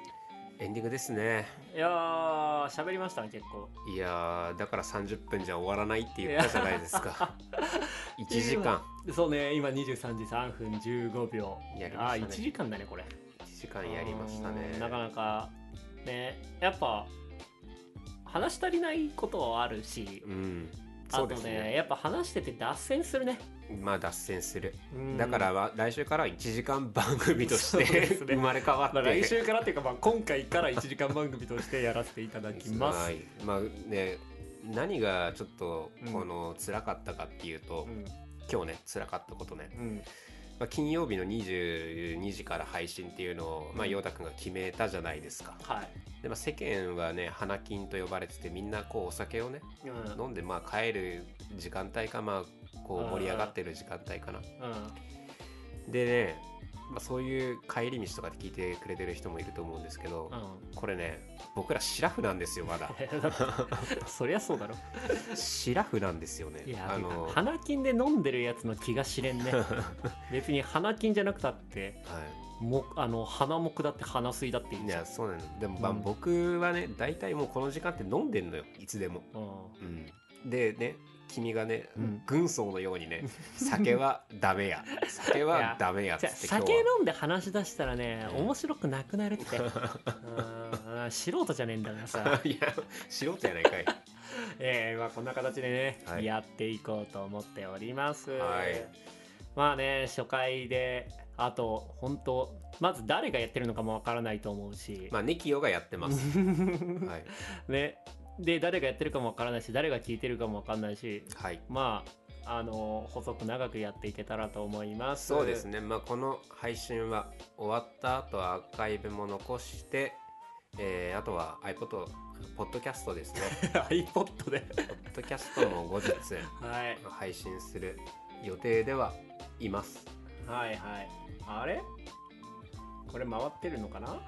S2: エンディングですね。
S1: いやー喋りましたね結 構
S2: いやーだから30分じゃ終わらないって言ったじゃないで すか1時間
S1: そうね今23時3分15秒
S2: やり
S1: あ
S2: ま
S1: あ
S2: したね
S1: 1時間だねこれ
S2: 1時間やりました
S1: う
S2: ね
S1: んなかなかねやっぱ話し足りないことはあるし
S2: うん
S1: あ
S2: そ
S1: と
S2: うで
S1: ね
S2: すね
S1: やっぱ話してて脱線するね、
S2: まあ脱線する
S1: うん
S2: だからは来週からは1時間番組とし て、
S1: そうですね
S2: 生まれ変わって、
S1: まあ、来週からっていうか、まあ、今回から1時間番組としてやらせていただきます。
S2: はいまあね何がちょっと
S1: うん
S2: この辛かったかっていうと、今日ね辛かったことね、
S1: うんうん
S2: まあ、金曜日の22時から配信っていうのを、まあ、陽太くんが決めたじゃないですか
S1: はい
S2: で、まあ、世間はね花金と呼ばれててみんなこうお酒をね
S1: うん
S2: 飲んでまあ帰る時間帯かまあこう盛り上がってる時間帯かなでね、まあ、そういう帰り道とかで聞いてくれてる人もいると思うんですけど、これね僕らシラフなんですよま だ
S1: うんそりゃそうだろ
S2: シラフなんですよね
S1: いや
S2: あの、はい、
S1: 花金で飲んでるやつの気が知れんね別に花金じゃなくたってもあの花木だって花水だっていい
S2: い
S1: じゃん
S2: やそうなのでもまあ
S1: うん
S2: 僕はね大体もうこの時間って飲んでんのよいつでも、
S1: う
S2: うん、でね君がね、
S1: うん
S2: 軍曹のようにね酒はダメや酒
S1: い
S2: は
S1: や
S2: ダメやっ
S1: ん
S2: つ
S1: じ
S2: っ
S1: ゃあ
S2: て今日
S1: 酒飲んで話し出したらね
S2: うん
S1: 面白くなくなるってうん素人じゃねえんだからさ
S2: は いや素人やな いかい
S1: えーまあ、こんな形でね、
S2: はい
S1: やっていこうと思っております。
S2: はい
S1: まあね初回であと本当まず誰がやってるのかもわからないと思うし、
S2: まあ、ネキヨがやってます。 はい。
S1: ね、で誰がやってるかもわからないし誰が聞いてるかもわからないし
S2: はい。
S1: まああの細く長くやっていけたらと思います。
S2: そうですね。まあ、この配信は終わった後アーカイブも残して、えーあとは iPod、ポッドキャス トですね。
S1: iPod で、
S2: ポッドキャストも後日
S1: はい、
S2: 配信する予定ではいます。
S1: はいはいあれこれ回ってるのかな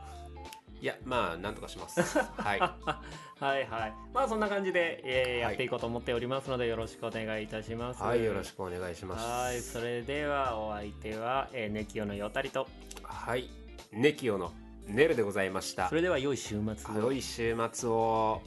S2: いや、まあ、なんとかしま す。はい。は
S1: はいはいまあそんな感じで、えー
S2: はい
S1: やっていこうと思っておりますのでよろしくお願いいたします
S2: い。よろしくお願いします。
S1: はいそれではお相手は、えー、ネキオのよたりと
S2: はい。ネキヨのネルでございました
S1: そ。れでは良い週末を
S2: 良い週末を。